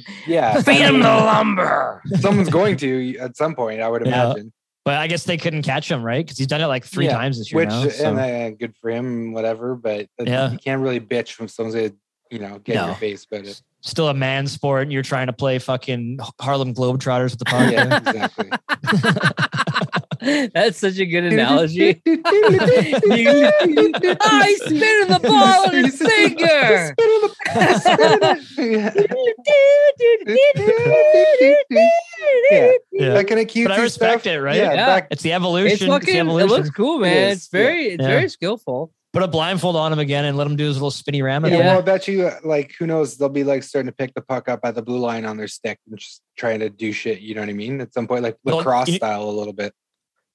Speaker 4: yeah,
Speaker 1: "Feed him the lumber."
Speaker 4: someone's going to at some point. I would
Speaker 3: Yeah.
Speaker 4: imagine.
Speaker 3: But I guess they couldn't catch him, right? Because he's done it like three
Speaker 4: Yeah,
Speaker 3: times this year
Speaker 4: Which
Speaker 3: now. so-
Speaker 4: and uh, good for him, whatever. But uh,
Speaker 3: Yeah.
Speaker 4: you can't really bitch when someone's gonna, you know, get in
Speaker 3: No.
Speaker 4: your face about it.
Speaker 3: Still a man sport, and you're trying to play fucking Harlem Globetrotters with the puck.
Speaker 4: Yeah, exactly.
Speaker 1: That's such a good analogy. oh, he spit in the ball in his finger.
Speaker 4: yeah.
Speaker 3: Yeah.
Speaker 4: That kind of cute
Speaker 3: But I respect
Speaker 4: stuff.
Speaker 3: it, right?
Speaker 4: Yeah,
Speaker 1: Yeah.
Speaker 4: back-
Speaker 3: It's the evolution.
Speaker 1: It's
Speaker 3: It's,
Speaker 1: fucking. It
Speaker 3: the evolution.
Speaker 1: looks cool,
Speaker 4: It
Speaker 1: man.
Speaker 4: is,
Speaker 1: It's very, it's
Speaker 3: yeah.
Speaker 1: very skillful.
Speaker 3: Put a blindfold on him again and let him do his little spinny ram.
Speaker 4: Yeah,
Speaker 1: Yeah.
Speaker 4: well, I bet you, uh, like, who knows? They'll be like starting to pick the puck up by the blue line on their stick and just trying to do shit. You know what I mean? At some point, like
Speaker 3: Well,
Speaker 4: lacrosse
Speaker 3: you-
Speaker 4: style, a little bit.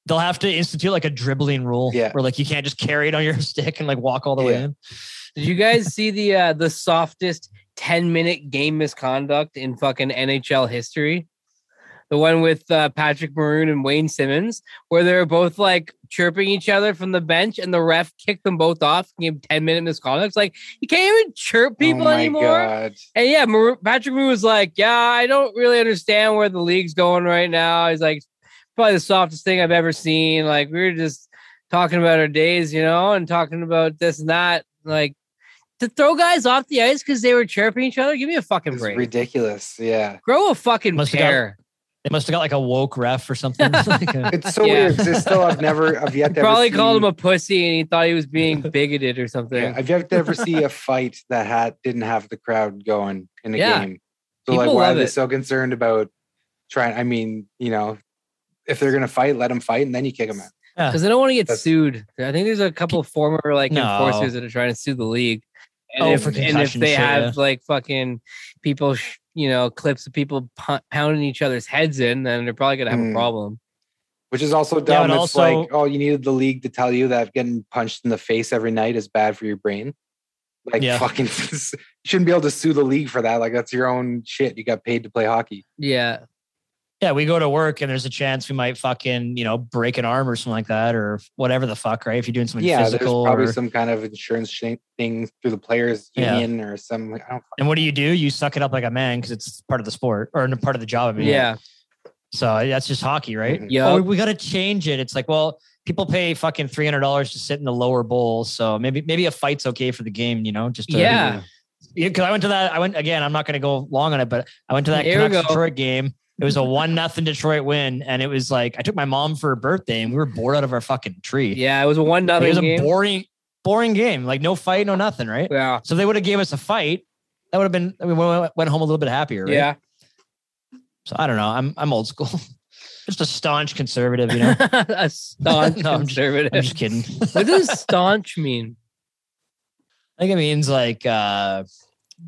Speaker 3: They'll have to institute like a dribbling rule
Speaker 4: Yeah.
Speaker 3: where like you can't just carry it on your stick and like walk all the way
Speaker 4: Yeah.
Speaker 3: in.
Speaker 1: Did you guys see the uh, the softest ten minute game misconduct in fucking NHL history? The one with uh, Patrick Maroon and Wayne Simmons, where they were both like chirping each other from the bench, and the ref kicked them both off, and gave ten minute misconduct. It's like you can't even chirp people
Speaker 4: oh my
Speaker 1: anymore.
Speaker 4: god!
Speaker 1: And yeah, Mar- Patrick Maroon was like, "Yeah, I don't really understand where the league's going right now." He's like, "Probably the softest thing I've ever seen." Like we were just talking about our days, you know, and talking about this and that. Like to throw guys off the ice because they were chirping each other. Give me a fucking
Speaker 4: It's
Speaker 1: break.
Speaker 4: ridiculous. Yeah,
Speaker 1: Grow a fucking
Speaker 3: Must've got-
Speaker 1: pair.
Speaker 3: They must have got like a woke ref or something. Like a-
Speaker 4: it's so
Speaker 1: Yeah.
Speaker 4: weird. 'cause It's still, I've never, I've yet to ever
Speaker 1: Probably
Speaker 4: see,
Speaker 1: called him a pussy, and he thought he was being bigoted or something.
Speaker 4: Yeah, I've yet to ever see a fight that had didn't have the crowd going in a
Speaker 1: Yeah.
Speaker 4: game. So like,
Speaker 1: People
Speaker 4: why are
Speaker 1: love
Speaker 4: they
Speaker 1: it.
Speaker 4: so concerned about trying? I mean, you know, if they're gonna fight, let them fight, and then you kick them out.
Speaker 1: because I don't want to get
Speaker 4: That's-
Speaker 1: sued. I think there's a couple former like
Speaker 3: No.
Speaker 1: enforcers that are trying to sue the league. And
Speaker 3: Oh,
Speaker 1: if,
Speaker 3: for
Speaker 1: and if
Speaker 3: concussion
Speaker 1: they
Speaker 3: shit,
Speaker 1: have
Speaker 3: yeah.
Speaker 1: like fucking people, sh- you know, clips of people pu- pounding each other's heads in, then they're probably gonna have
Speaker 4: Mm.
Speaker 1: a problem.
Speaker 4: Which is also dumb.
Speaker 3: and
Speaker 4: it's
Speaker 3: also-
Speaker 4: like, oh, you needed the league to tell you that getting punched in the face every night is bad for your brain. Like,
Speaker 3: Yeah.
Speaker 4: fucking, you shouldn't be able to sue the league for that. Like, that's your own shit. You got paid to play hockey.
Speaker 1: Yeah,
Speaker 3: yeah, we go to work and there's a chance we might fucking, you know, break an arm or something like that or whatever the fuck, right? If you're doing something
Speaker 4: yeah,
Speaker 3: physical.
Speaker 4: there's probably
Speaker 3: or-
Speaker 4: some kind of insurance sh- thing through the players
Speaker 3: Yeah.
Speaker 4: union or some. I don't.
Speaker 3: and what do you do? You suck it up like a man because it's part of the sport or part of the job. I mean,
Speaker 1: yeah, Mm-hmm.
Speaker 3: So that's just hockey, right?
Speaker 4: Mhm.
Speaker 1: yeah.
Speaker 3: Oh, we got to change it. It's like, well, people pay fucking three hundred dollars to sit in the lower bowl, so maybe maybe a fight's okay for the game, you know? Just to,
Speaker 1: yeah,
Speaker 3: Because I went to that. I went again. I'm not going to go long on it, but I went to that
Speaker 1: Here we
Speaker 3: Canucks
Speaker 1: go.
Speaker 3: Detroit game. It was a one nothing Detroit win, and it was like I took my mom for her birthday, and we were bored out of our fucking tree.
Speaker 1: yeah. It was a one
Speaker 3: Like,
Speaker 1: nothing
Speaker 3: it was a
Speaker 1: game.
Speaker 3: boring, boring game. Like no fight, no nothing, right?
Speaker 1: yeah,
Speaker 3: So if they would have gave us a fight. That would have been. We went went home a little bit happier, right?
Speaker 1: yeah.
Speaker 3: So I don't know. I'm I'm old school. Just a staunch conservative, you know.
Speaker 1: a staunch
Speaker 3: No, I'm just-
Speaker 1: conservative.
Speaker 3: I'm just kidding.
Speaker 1: what does staunch mean?
Speaker 3: I think it means like uh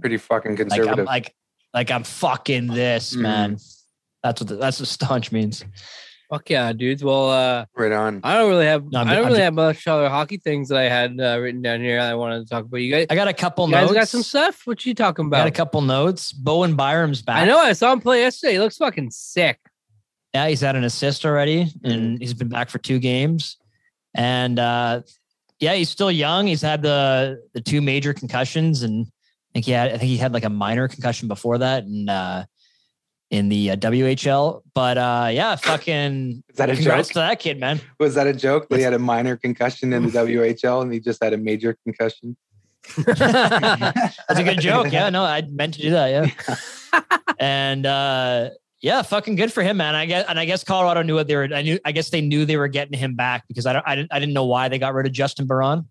Speaker 4: Pretty fucking
Speaker 3: like I'm
Speaker 4: conservative.
Speaker 3: like like I'm fucking this
Speaker 4: Mm.
Speaker 3: man. That's what the, that's what staunch means.
Speaker 1: Fuck yeah, dudes. Well, uh,
Speaker 4: right on.
Speaker 1: I don't really have.
Speaker 3: No, I'm
Speaker 1: I
Speaker 3: ju-
Speaker 1: don't
Speaker 3: I'm
Speaker 1: really
Speaker 3: ju-
Speaker 1: have much other hockey things that I had uh, written down here. I wanted to talk about you guys.
Speaker 3: I got a couple
Speaker 1: You guys
Speaker 3: notes.
Speaker 1: got some stuff? What you talking
Speaker 3: I got a
Speaker 1: about?
Speaker 3: couple notes. Bowen Byram's back.
Speaker 1: I know I saw him play yesterday. He looks fucking sick.
Speaker 3: Yeah, he's had an assist already,
Speaker 4: Mm-hmm.
Speaker 3: and he's been back for two games. And uh yeah, he's still young. He's had the the two major concussions, and I think he had I think he had like a minor concussion before that, and uh in the uh, WHL. But uh yeah, fucking
Speaker 4: Is that a
Speaker 3: congrats
Speaker 4: joke?
Speaker 3: to that kid, man.
Speaker 4: Was that a joke? They
Speaker 3: What's-
Speaker 4: had a minor concussion in the WHL, and he just had a major concussion.
Speaker 3: That's a good joke. Yeah, no, I meant to do that. Yeah. and uh yeah, fucking good for him, man. I guess, and I guess Colorado knew what they were. I knew, I guess they knew they were getting him back because I don't, I didn't, I didn't know why they got rid of Justin Baron,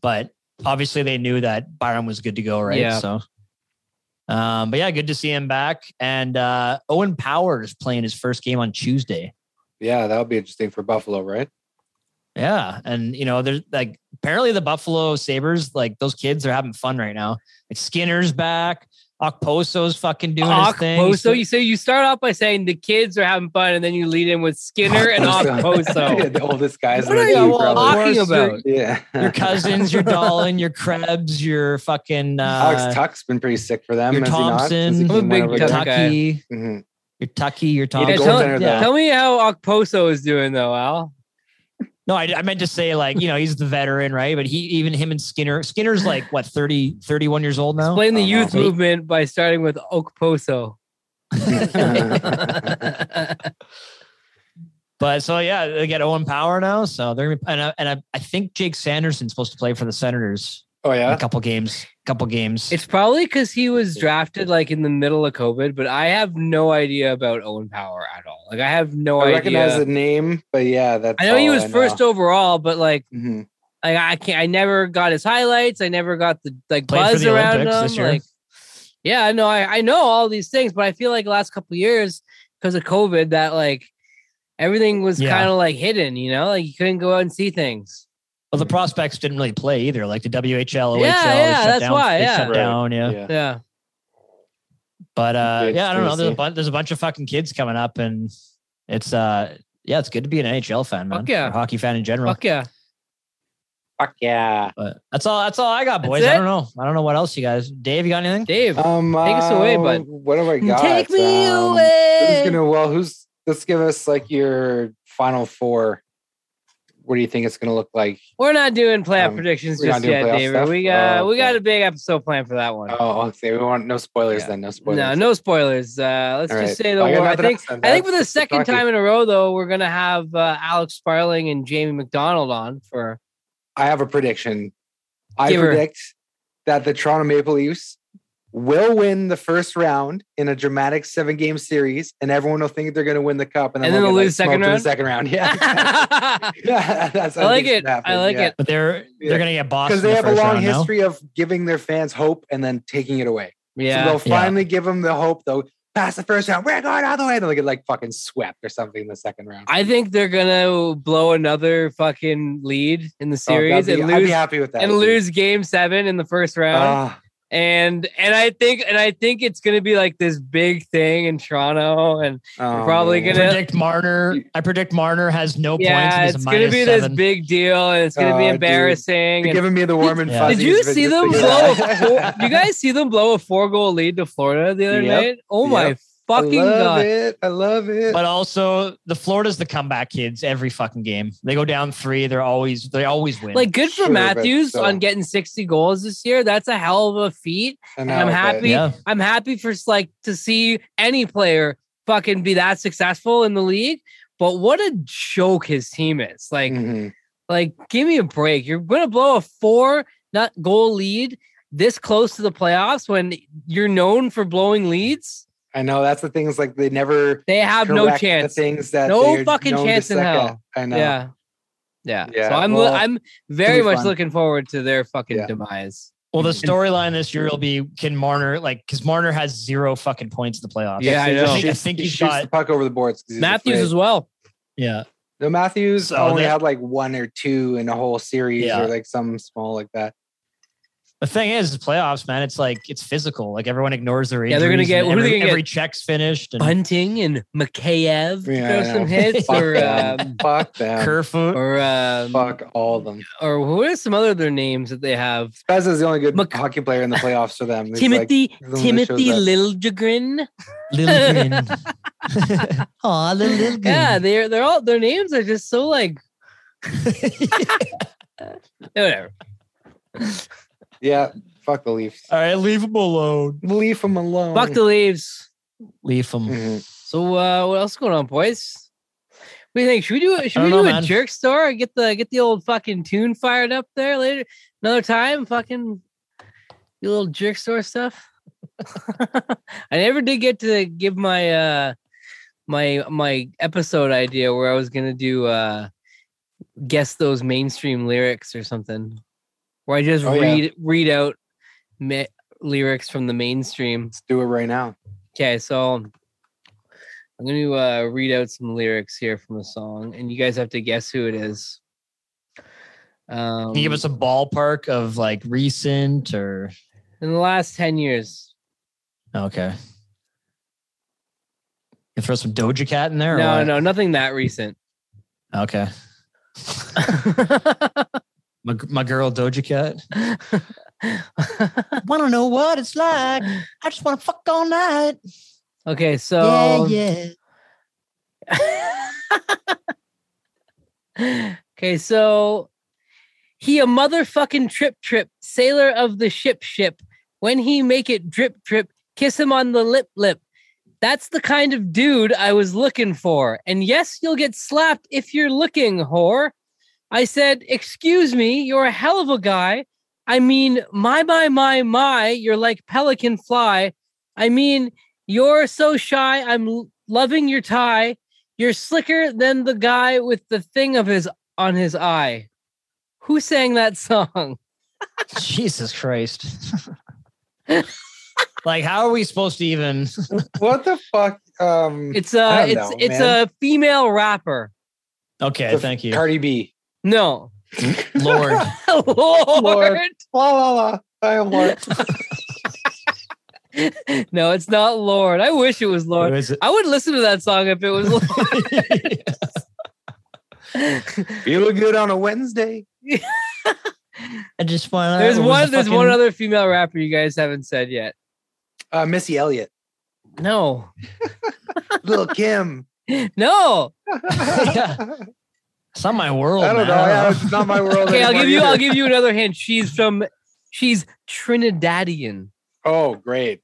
Speaker 3: but obviously they knew that Byron was good to go, right?
Speaker 1: Yeah.
Speaker 3: So, um, but yeah, good to see him back. And uh Owen Power is playing his first game on Tuesday.
Speaker 4: Yeah, that would be interesting for Buffalo, right?
Speaker 3: Yeah, and you know, there's like apparently the Buffalo Sabers, like those kids are having fun right now. Like Skinner's back, Okposo's fucking doing his thing. He's
Speaker 1: Okposo. You say you start off by saying the kids are having fun, and then you lead in with Skinner and
Speaker 4: yeah,
Speaker 1: Okposo.
Speaker 4: the oldest guys. in
Speaker 1: What
Speaker 4: the
Speaker 1: are
Speaker 4: league,
Speaker 1: you
Speaker 4: probably.
Speaker 1: talking
Speaker 3: Of course,
Speaker 1: about?
Speaker 3: you're-
Speaker 4: Yeah,
Speaker 3: your cousins, your Dolan, your Krebs, your fucking uh,
Speaker 4: Alex Tuck's been pretty sick for them.
Speaker 3: your
Speaker 4: has he not, since he
Speaker 3: Thompson.
Speaker 1: I'm a big
Speaker 4: came over
Speaker 3: your
Speaker 1: Tuck
Speaker 4: there?
Speaker 1: guy.
Speaker 3: Tucky,
Speaker 4: Mhm.
Speaker 3: your Tucky, your
Speaker 1: Yeah,
Speaker 3: Thompson.
Speaker 1: tell,
Speaker 4: goaltender, though.
Speaker 1: tell me how Okposo is doing though, Al.
Speaker 3: No, I, I meant to say like you know he's the veteran, right? But he even him and Skinner, Skinner's like what 30, 31 years old now.
Speaker 1: Playing the
Speaker 4: Oh,
Speaker 1: youth
Speaker 3: wow.
Speaker 1: movement by starting with
Speaker 4: Mm-hmm.
Speaker 1: Okposo.
Speaker 3: But so yeah, they get Owen Power now, so they're gonna be, and, I, and I, I think Jake Sanderson's supposed to play for the Senators
Speaker 4: Oh
Speaker 3: in a
Speaker 4: yeah,
Speaker 3: couple games, couple games.
Speaker 1: It's probably because he was drafted like in the middle of COVID, but I have no idea about Owen Power at all. Like I have no
Speaker 4: I
Speaker 1: idea.
Speaker 4: recognize the name, but yeah, that's.
Speaker 1: I know he
Speaker 4: all
Speaker 1: was first overall, but like
Speaker 4: Mhm.
Speaker 1: I, I can't. I never got his highlights. I never got the like
Speaker 3: Played for
Speaker 1: buzz
Speaker 3: the
Speaker 1: around
Speaker 3: Olympics
Speaker 1: him.
Speaker 3: this year.
Speaker 1: Like, yeah, I know. I, I know all these things, but I feel like the last couple years because of COVID, that like everything was
Speaker 3: Yeah.
Speaker 1: kind of like hidden. You know, like you couldn't go out and see things.
Speaker 3: well, the prospects didn't really play either, like the WHL, OHL. they
Speaker 1: Yeah, yeah,
Speaker 3: shut
Speaker 1: that's
Speaker 3: down,
Speaker 1: why,
Speaker 3: they
Speaker 1: yeah.
Speaker 3: shut
Speaker 4: Right.
Speaker 3: down, yeah.
Speaker 4: Yeah.
Speaker 1: Yeah,
Speaker 3: But uh,
Speaker 4: Big
Speaker 3: yeah, I don't know. There's a
Speaker 4: conspiracy.
Speaker 3: bunch. There's a bunch of fucking kids coming up, and it's uh, yeah, it's good to be an NHL fan, man.
Speaker 1: Fuck yeah.
Speaker 3: or hockey fan in general.
Speaker 1: fuck yeah.
Speaker 4: Fuck yeah.
Speaker 3: But that's all. That's all I got,
Speaker 1: That's
Speaker 3: boys. I
Speaker 1: it?
Speaker 3: don't know. I don't know what else you guys. Dave, you got anything?
Speaker 1: Dave,
Speaker 4: Um,
Speaker 1: Take us away,
Speaker 4: uh,
Speaker 1: bud.
Speaker 4: What do I got?
Speaker 1: take me
Speaker 4: Um,
Speaker 1: away.
Speaker 4: Who's gonna? Well, who's? Let's give us like your final four. What do you think it's gonna look like?
Speaker 1: We're not doing playoff
Speaker 4: Um,
Speaker 1: predictions
Speaker 4: we're not
Speaker 1: just
Speaker 4: doing
Speaker 1: yet,
Speaker 4: playoff
Speaker 1: David.
Speaker 4: stuff?
Speaker 1: We got
Speaker 4: Oh,
Speaker 1: we got
Speaker 4: okay.
Speaker 1: a big episode planned for that one.
Speaker 4: Oh, okay. We want no spoilers
Speaker 1: Yeah.
Speaker 4: then. No spoilers.
Speaker 1: no, no spoilers. Uh, let's
Speaker 4: All
Speaker 1: just
Speaker 4: right.
Speaker 1: say the
Speaker 4: I got
Speaker 1: war. I
Speaker 4: nothing
Speaker 1: think
Speaker 4: else then.
Speaker 1: I think for the
Speaker 4: That's- that's
Speaker 1: second
Speaker 4: hockey.
Speaker 1: time in a row, though, we're gonna have uh, Alex Sparling and Jamie McDonald on for.
Speaker 4: I have a prediction. I
Speaker 1: Give her-
Speaker 4: predict that the Toronto Maple Leafs will win the first round in a dramatic seven game series, and everyone will think they're going to win the cup,
Speaker 1: And then
Speaker 4: we'll
Speaker 1: they'll
Speaker 4: get,
Speaker 1: lose the second
Speaker 4: smoked in
Speaker 1: round?
Speaker 4: second round, yeah.
Speaker 1: I
Speaker 4: yeah, that's what
Speaker 1: like
Speaker 4: think's
Speaker 1: it.
Speaker 4: gonna happen,
Speaker 1: I like
Speaker 4: yeah.
Speaker 1: it.
Speaker 3: But they're
Speaker 4: Yeah.
Speaker 3: they're gonna get Boston
Speaker 4: Because they
Speaker 3: the
Speaker 4: have a
Speaker 3: first
Speaker 4: long
Speaker 3: round, no?
Speaker 4: history of giving their fans hope and then taking it away. So
Speaker 1: Yeah,
Speaker 4: they'll
Speaker 3: Yeah.
Speaker 4: finally give them the hope, though. Pass the first round, we're going all the way. They'll get like fucking swept or something in the second round. Oh,
Speaker 1: I think they're gonna blow another fucking lead in the
Speaker 4: So Oh, that'd
Speaker 1: series
Speaker 4: be-
Speaker 1: and
Speaker 4: I'd be
Speaker 1: lose
Speaker 4: happy with that.
Speaker 1: and lose game seven in the first round.
Speaker 4: Ah.
Speaker 1: and and I think and I think it's gonna be like this big thing in Toronto and.
Speaker 4: Oh,
Speaker 1: probably
Speaker 3: I
Speaker 1: gonna-
Speaker 3: predict Marner. I predict Marner has no points.
Speaker 1: yeah,
Speaker 3: And he's a
Speaker 1: it's gonna
Speaker 3: minus
Speaker 1: be
Speaker 3: seven.
Speaker 1: this big deal, and it's gonna be
Speaker 4: Oh, dude.
Speaker 1: embarrassing.
Speaker 4: You're
Speaker 1: and-
Speaker 4: giving me the warm and
Speaker 3: Yeah.
Speaker 4: fuzzy.
Speaker 1: Did you see them blow? A four, you guys see them blow a four-goal lead to Florida the other
Speaker 4: Yep.
Speaker 1: night? Oh my
Speaker 4: Yep.
Speaker 1: fucking uh,
Speaker 4: I love
Speaker 1: god!
Speaker 4: it. I love it.
Speaker 3: But also, the Florida's the comeback kids every fucking game. They go down three. They're always they always win.
Speaker 1: Like good for
Speaker 4: Sure, but
Speaker 1: Matthews
Speaker 4: still.
Speaker 1: on getting sixty goals this year. That's a hell of a feat.
Speaker 4: I
Speaker 1: and I'm
Speaker 4: but-
Speaker 1: happy.
Speaker 3: yeah,
Speaker 1: I'm happy for like to see any player fucking be that successful in the league. But what a joke his team is! Like
Speaker 4: Mhm.
Speaker 1: Like, give me a break. You're going to blow a four not goal lead this close to the playoffs when you're known for blowing leads.
Speaker 4: I know that's the things like they never
Speaker 1: They have no
Speaker 4: correct
Speaker 1: chance.
Speaker 4: The things that
Speaker 1: No
Speaker 4: they're
Speaker 1: fucking
Speaker 4: known to
Speaker 1: chance in
Speaker 4: suck
Speaker 1: hell.
Speaker 4: at. I know.
Speaker 1: Yeah. yeah.
Speaker 4: Yeah,
Speaker 1: So I'm
Speaker 4: well,
Speaker 1: I'm very
Speaker 4: be
Speaker 1: much
Speaker 4: fun.
Speaker 1: looking forward to their fucking
Speaker 4: Yeah.
Speaker 1: demise.
Speaker 3: Well, the storyline this year will be can Marner like because Marner has zero fucking points in the playoffs.
Speaker 1: Yeah, I
Speaker 4: He
Speaker 1: know.
Speaker 4: just
Speaker 3: I think- I
Speaker 4: shoots-
Speaker 3: think
Speaker 4: he
Speaker 3: he
Speaker 4: shoots
Speaker 3: shot-
Speaker 4: the puck over the boards. 'cause he's
Speaker 1: Matthews
Speaker 4: afraid.
Speaker 1: as well.
Speaker 3: Yeah,
Speaker 4: no Matthews
Speaker 3: So
Speaker 4: only
Speaker 3: they-
Speaker 4: had like one or two in a whole series
Speaker 3: Yeah.
Speaker 4: or like some small like that.
Speaker 3: the thing is, is playoffs, man. It's like it's physical. Like everyone ignores their injuries.
Speaker 1: Yeah, they're gonna get-
Speaker 3: and
Speaker 1: who are they
Speaker 3: every,
Speaker 1: gonna get?
Speaker 3: every check's finished and
Speaker 1: Bunting and Mikheyev
Speaker 4: Yeah, I
Speaker 1: throw some
Speaker 4: know.
Speaker 1: hits
Speaker 4: Fuck
Speaker 1: or
Speaker 4: them.
Speaker 1: um,
Speaker 4: Fuck them.
Speaker 3: Kerfoot.
Speaker 1: or um,
Speaker 4: Fuck all of them.
Speaker 1: or who are some other their names that they have?
Speaker 4: Spezza is the only good
Speaker 1: Mc-
Speaker 4: hockey player in the playoffs for them. He's, like,
Speaker 1: Timothy
Speaker 4: the one that shows
Speaker 1: Timothy
Speaker 4: up.
Speaker 1: Liljegren.
Speaker 3: Little grin. Aw, little, little grin.
Speaker 1: Yeah, they're they're all their names are just so like whatever.
Speaker 4: Yeah, fuck the Leafs.
Speaker 3: All right, leave him alone.
Speaker 4: Leave them alone.
Speaker 1: Buck the leaves.
Speaker 3: Leave him.
Speaker 4: Mhm.
Speaker 1: So uh, what else going on, boys? What do you think? Should we do it? Should
Speaker 3: I
Speaker 1: we
Speaker 3: don't
Speaker 1: do
Speaker 3: know,
Speaker 1: a
Speaker 3: man.
Speaker 1: jerk store? and Get the get the old fucking tune fired up there later, another time. Fucking do a little jerk store stuff. I never did get to give my uh my my episode idea where I was gonna do uh guess those mainstream lyrics or something, where I just
Speaker 4: Oh, yeah.
Speaker 1: read read out ma- lyrics from the mainstream.
Speaker 4: Let's do it right now.
Speaker 1: Okay, so I'm going to uh, read out some lyrics here from a song, and you guys have to guess who it is. Um,
Speaker 3: Can you give us a ballpark of like recent or
Speaker 1: in the last ten years.
Speaker 3: Oh, okay? You throw some Doja Cat in there. or
Speaker 1: No,
Speaker 3: what? Oh,
Speaker 1: no, nothing that recent.
Speaker 3: Okay. My, my girl Doja Cat. Want to know what it's like? I just want to fuck all night.
Speaker 1: okay, so
Speaker 3: yeah,
Speaker 1: okay, so he a motherfucking trip trip sailor of the ship ship. When he make it drip drip, kiss him on the lip lip. That's the kind of dude I was looking for. And yes, you'll get slapped if you're looking, whore. I said, Excuse me, you're a hell of a guy. I mean, my, my, my, my, you're like pelican fly. I mean, you're so shy. I'm l- loving your tie. You're slicker than the guy with the thing of his on his eye. Who sang that song?
Speaker 3: Jesus Christ. like, how are we supposed to even?
Speaker 4: What the fuck? Um,
Speaker 1: It's a
Speaker 4: I don't
Speaker 1: it's it's
Speaker 4: know, man.
Speaker 1: a female rapper.
Speaker 3: Okay,
Speaker 4: the
Speaker 3: thank you,
Speaker 4: Cardi B.
Speaker 1: No,
Speaker 3: Lord.
Speaker 1: Lord.
Speaker 4: La la la. I am Lord.
Speaker 1: No, it's not Lord. I wish it was Lord.
Speaker 3: Who is it?
Speaker 1: I would listen to that song if it was Lord.
Speaker 4: Feel good on a Wednesday.
Speaker 3: I just want.
Speaker 1: there's one. There's one other female rapper you guys haven't said yet.
Speaker 4: Uh, Missy Elliott.
Speaker 1: No,
Speaker 4: Little Kim.
Speaker 1: no.
Speaker 4: I
Speaker 3: It's not my world.
Speaker 4: don't know.
Speaker 3: man.
Speaker 4: Yeah, it's not my world.
Speaker 1: Oh, Okay, I'll
Speaker 4: anymore
Speaker 1: give you.
Speaker 4: either.
Speaker 1: I'll give you another hint. She's from. She's Trinidadian.
Speaker 4: Oh, great.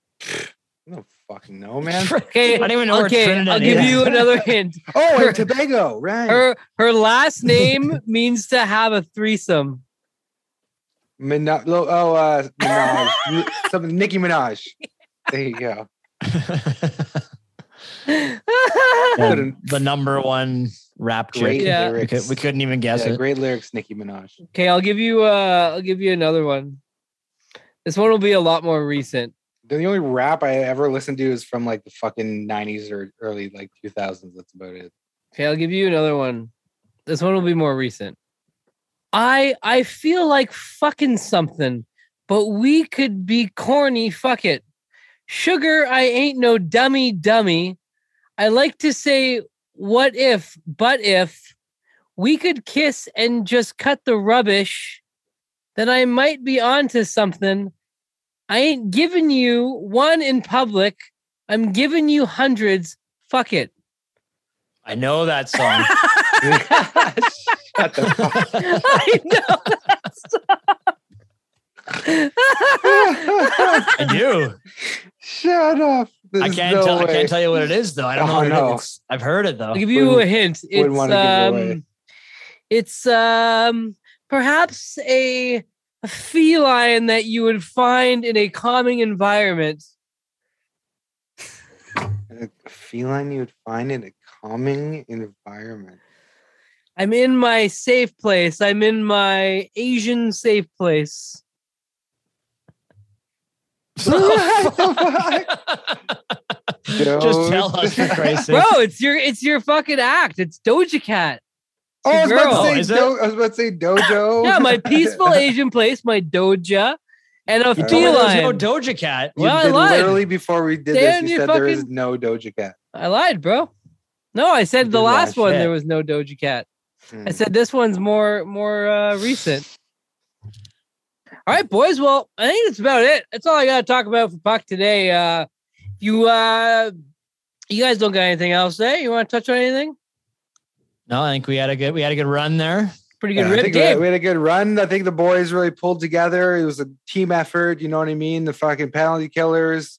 Speaker 4: No fucking no, man.
Speaker 1: Okay,
Speaker 3: I don't even know where
Speaker 1: okay.
Speaker 3: Trinidad
Speaker 1: I'll give
Speaker 3: is.
Speaker 1: you another hint.
Speaker 4: Oh, and Tobago, right?
Speaker 3: Er
Speaker 1: Her her last name means to have a threesome.
Speaker 4: Mina- lo- oh, uh, Minaj. Ni- Something, Nicki Minaj. There you go.
Speaker 1: yeah,
Speaker 3: the, the number one rap
Speaker 4: Great
Speaker 3: chick.
Speaker 1: Yeah.
Speaker 3: We,
Speaker 4: lyrics.
Speaker 3: could, we couldn't even guess
Speaker 4: Yeah,
Speaker 3: it.
Speaker 4: Great lyrics, Nicki Minaj.
Speaker 1: Okay, I'll give you uh I'll give you another one. This one will be a lot more recent.
Speaker 4: The only rap I ever listened to is from like the fucking 90s or early like 2000s. That's about it.
Speaker 1: Okay, I'll give you another one. This one will be more recent. I I feel like fucking something, but we could be corny, fuck it. Sugar, I ain't no dummy dummy. I like to say what if, but if we could kiss and just cut the rubbish, then I might be onto something. I ain't giving you one in public. I'm giving you hundreds. Fuck it.
Speaker 3: I know that song.
Speaker 4: Shut the fuck
Speaker 1: I know that
Speaker 3: I do.
Speaker 4: Shut up.
Speaker 3: I
Speaker 4: There's
Speaker 3: can't.
Speaker 4: no
Speaker 3: tell, I
Speaker 4: way.
Speaker 3: can't tell you what it is though. I don't
Speaker 4: Oh,
Speaker 3: know. What
Speaker 4: no.
Speaker 3: it is. I've heard it though.
Speaker 1: I'll give you a hint.
Speaker 4: wouldn't
Speaker 1: It's
Speaker 4: wanna give it away.
Speaker 1: um, it's um, perhaps a, a feline that you would find in a calming environment.
Speaker 4: A feline you would find in a calming environment.
Speaker 1: I'm in my safe place. I'm in my Asian safe place.
Speaker 4: What the fuck?
Speaker 3: Just tell us, for Christ's
Speaker 1: Bro,
Speaker 3: sake.
Speaker 1: it's your it's your fucking act. It's Doja Cat.
Speaker 4: Oh, I was,
Speaker 1: girl.
Speaker 4: about to
Speaker 3: Is
Speaker 4: say
Speaker 3: it?
Speaker 4: do- I was about to say dojo.
Speaker 1: Yeah, my peaceful Asian place, my Doja, and a
Speaker 4: told me there
Speaker 1: feline.
Speaker 3: Oh, There's no Doja Cat.
Speaker 4: You
Speaker 1: Well, I
Speaker 4: did
Speaker 1: lied.
Speaker 4: literally before we did
Speaker 1: Oh, Damn,
Speaker 4: this, you
Speaker 1: you
Speaker 4: said there is
Speaker 1: fucking-
Speaker 4: no Doja Cat.
Speaker 1: I lied, bro. No, I said
Speaker 4: You
Speaker 1: the
Speaker 4: did lie,
Speaker 1: last one
Speaker 3: shit.
Speaker 1: there was no Doja Cat.
Speaker 4: Hmm.
Speaker 1: I said this one's more more uh, recent. All right, boys. Well, I think that's about it. That's all I got to talk about for Puck today. Uh, if you uh, you guys don't got anything else to say? You want to touch on anything?
Speaker 3: No, I think we had a good. We had a good run there.
Speaker 1: Pretty
Speaker 4: Yeah,
Speaker 1: good
Speaker 4: I
Speaker 1: rip,
Speaker 4: think we had,
Speaker 1: Dave.
Speaker 4: we had a good run. I think the boys really pulled together. It was a team effort. You know what I mean? The fucking penalty killers,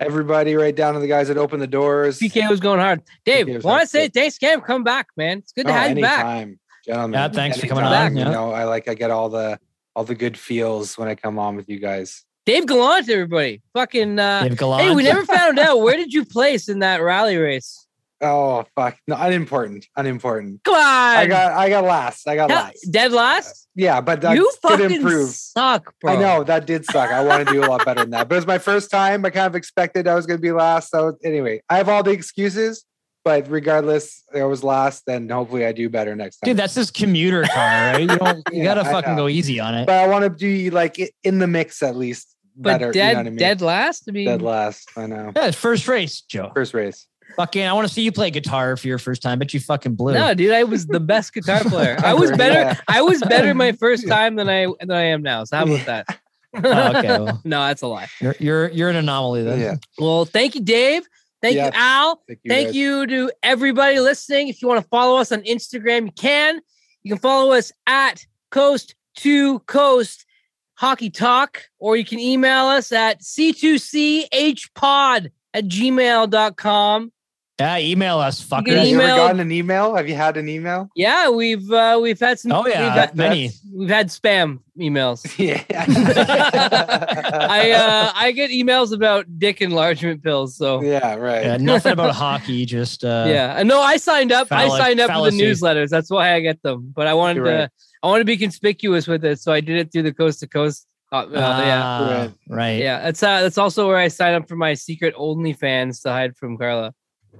Speaker 4: everybody right down to the guys that opened the doors.
Speaker 1: PK was going hard.
Speaker 4: PK was
Speaker 1: Dave, want to
Speaker 4: hard.
Speaker 1: say thanks, Cam. Come back, man. It's good to
Speaker 4: Oh,
Speaker 1: have you back.
Speaker 4: anytime, gentlemen.
Speaker 3: Yeah, thanks for coming
Speaker 4: anytime.
Speaker 3: on,
Speaker 4: You
Speaker 3: yeah.
Speaker 4: know, I like I get all the all the good feels when I come on with you guys.
Speaker 1: Dave Gallant, everybody. Fucking. Uh,
Speaker 3: Dave Gallant.
Speaker 1: hey, we never found out where did you place in that rally race.
Speaker 4: Oh fuck, no, unimportant, unimportant.
Speaker 1: Come on.
Speaker 4: I got I got last. I got
Speaker 1: Hell-
Speaker 4: last.
Speaker 1: Dead last?
Speaker 4: Yeah, but uh, I
Speaker 1: you
Speaker 4: could
Speaker 1: fucking
Speaker 4: improve.
Speaker 1: suck, bro.
Speaker 4: I know that did suck. I want to do a lot better than that. But it was my first time. I kind of expected I was going to be last. So anyway, I have all the excuses. But regardless, I was last, and hopefully I do better next time.
Speaker 3: Dude, that's this commuter car, right? You don't. You
Speaker 4: Yeah,
Speaker 3: gotta
Speaker 4: I
Speaker 3: fucking
Speaker 4: know.
Speaker 3: go easy on it.
Speaker 4: but I want to be like i- in the mix at least.
Speaker 1: But
Speaker 4: better,
Speaker 1: dead,
Speaker 4: you know what I mean?
Speaker 1: dead last. I mean,
Speaker 4: Dead last. I know.
Speaker 3: Yeah, first race, Joe.
Speaker 4: First race.
Speaker 3: Fucking, I want to see you play guitar for your first time, but you fucking blew.
Speaker 1: no, dude, I was the best guitar player. I was better.
Speaker 4: Yeah.
Speaker 1: I was better my first time than I than I am now. So how about that?
Speaker 3: Oh, okay, well,
Speaker 1: no, that's a lie.
Speaker 3: you're you're you're an anomaly then.
Speaker 4: Yeah.
Speaker 1: Well, thank you, Dave. Thank
Speaker 4: Yeah.
Speaker 1: you, Al.
Speaker 4: Thank
Speaker 1: Thank
Speaker 4: guys.
Speaker 1: you to everybody listening. If you want to follow us on Instagram, you can. You can follow us at Coast to Coast Hockey Talk, or you can email us at c2chpod at gmail.com.
Speaker 3: Yeah, email us,
Speaker 1: Good
Speaker 4: Have
Speaker 3: fuckers.
Speaker 4: you ever
Speaker 1: email.
Speaker 4: gotten an email? Have you had an email?
Speaker 1: Yeah, we've uh, we've had some
Speaker 3: Oh
Speaker 1: we've
Speaker 3: yeah,
Speaker 1: had,
Speaker 3: many.
Speaker 1: we've had spam emails.
Speaker 4: Yeah.
Speaker 1: I uh, I get emails about dick enlargement pills, so
Speaker 4: yeah, right.
Speaker 3: Yeah, nothing about hockey. Just uh,
Speaker 1: yeah. I know I signed up. I
Speaker 3: Phallic-
Speaker 1: signed up for the
Speaker 3: fallacy.
Speaker 1: newsletters. That's why I get them. But I wanted
Speaker 4: You're right.
Speaker 1: to I want to be conspicuous with it, so I did it through the coast to coast. Uh, uh, yeah.
Speaker 3: ah,
Speaker 4: Right.
Speaker 3: right,
Speaker 1: Yeah, that's uh, that's also where I sign up for my secret OnlyFans to hide from Carla.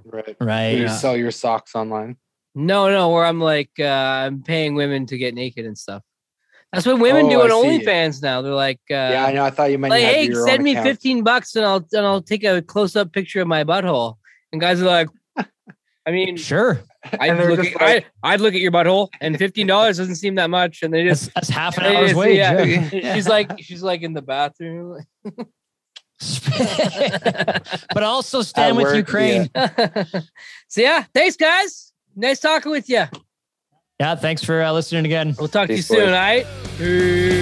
Speaker 4: right.
Speaker 3: right.
Speaker 4: You
Speaker 3: Yeah.
Speaker 4: sell your socks online.
Speaker 1: No, no, where I'm like uh, I'm paying women to get naked and stuff. That's what women
Speaker 4: Oh,
Speaker 1: do on
Speaker 4: I see.
Speaker 1: OnlyFans now. They're like, uh,
Speaker 4: yeah, I know. I thought you meant
Speaker 1: like,
Speaker 4: you had
Speaker 1: hey,
Speaker 4: your
Speaker 1: send
Speaker 4: own
Speaker 1: me
Speaker 4: account.
Speaker 1: fifteen bucks and I'll and I'll take a close up picture of my butthole. And guys are like, I mean,
Speaker 3: Sure.
Speaker 1: I'd
Speaker 4: And they're
Speaker 1: look,
Speaker 4: just
Speaker 1: at,
Speaker 4: like-
Speaker 1: I, I'd look at your butthole, and fifteen dollars doesn't seem that much. And they just,
Speaker 3: That's, that's half an
Speaker 1: It
Speaker 3: hour's
Speaker 1: is,
Speaker 3: wage.
Speaker 1: yeah.
Speaker 3: yeah.
Speaker 1: she's like, she's like in the bathroom.
Speaker 3: but also stand with
Speaker 4: work,
Speaker 3: Ukraine.
Speaker 1: so yeah, thanks guys. Nice talking with you.
Speaker 3: Yeah, thanks for uh, listening again.
Speaker 1: We'll talk to you
Speaker 4: Peace,
Speaker 1: soon.
Speaker 4: boys.
Speaker 1: All right. Peace.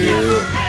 Speaker 5: You have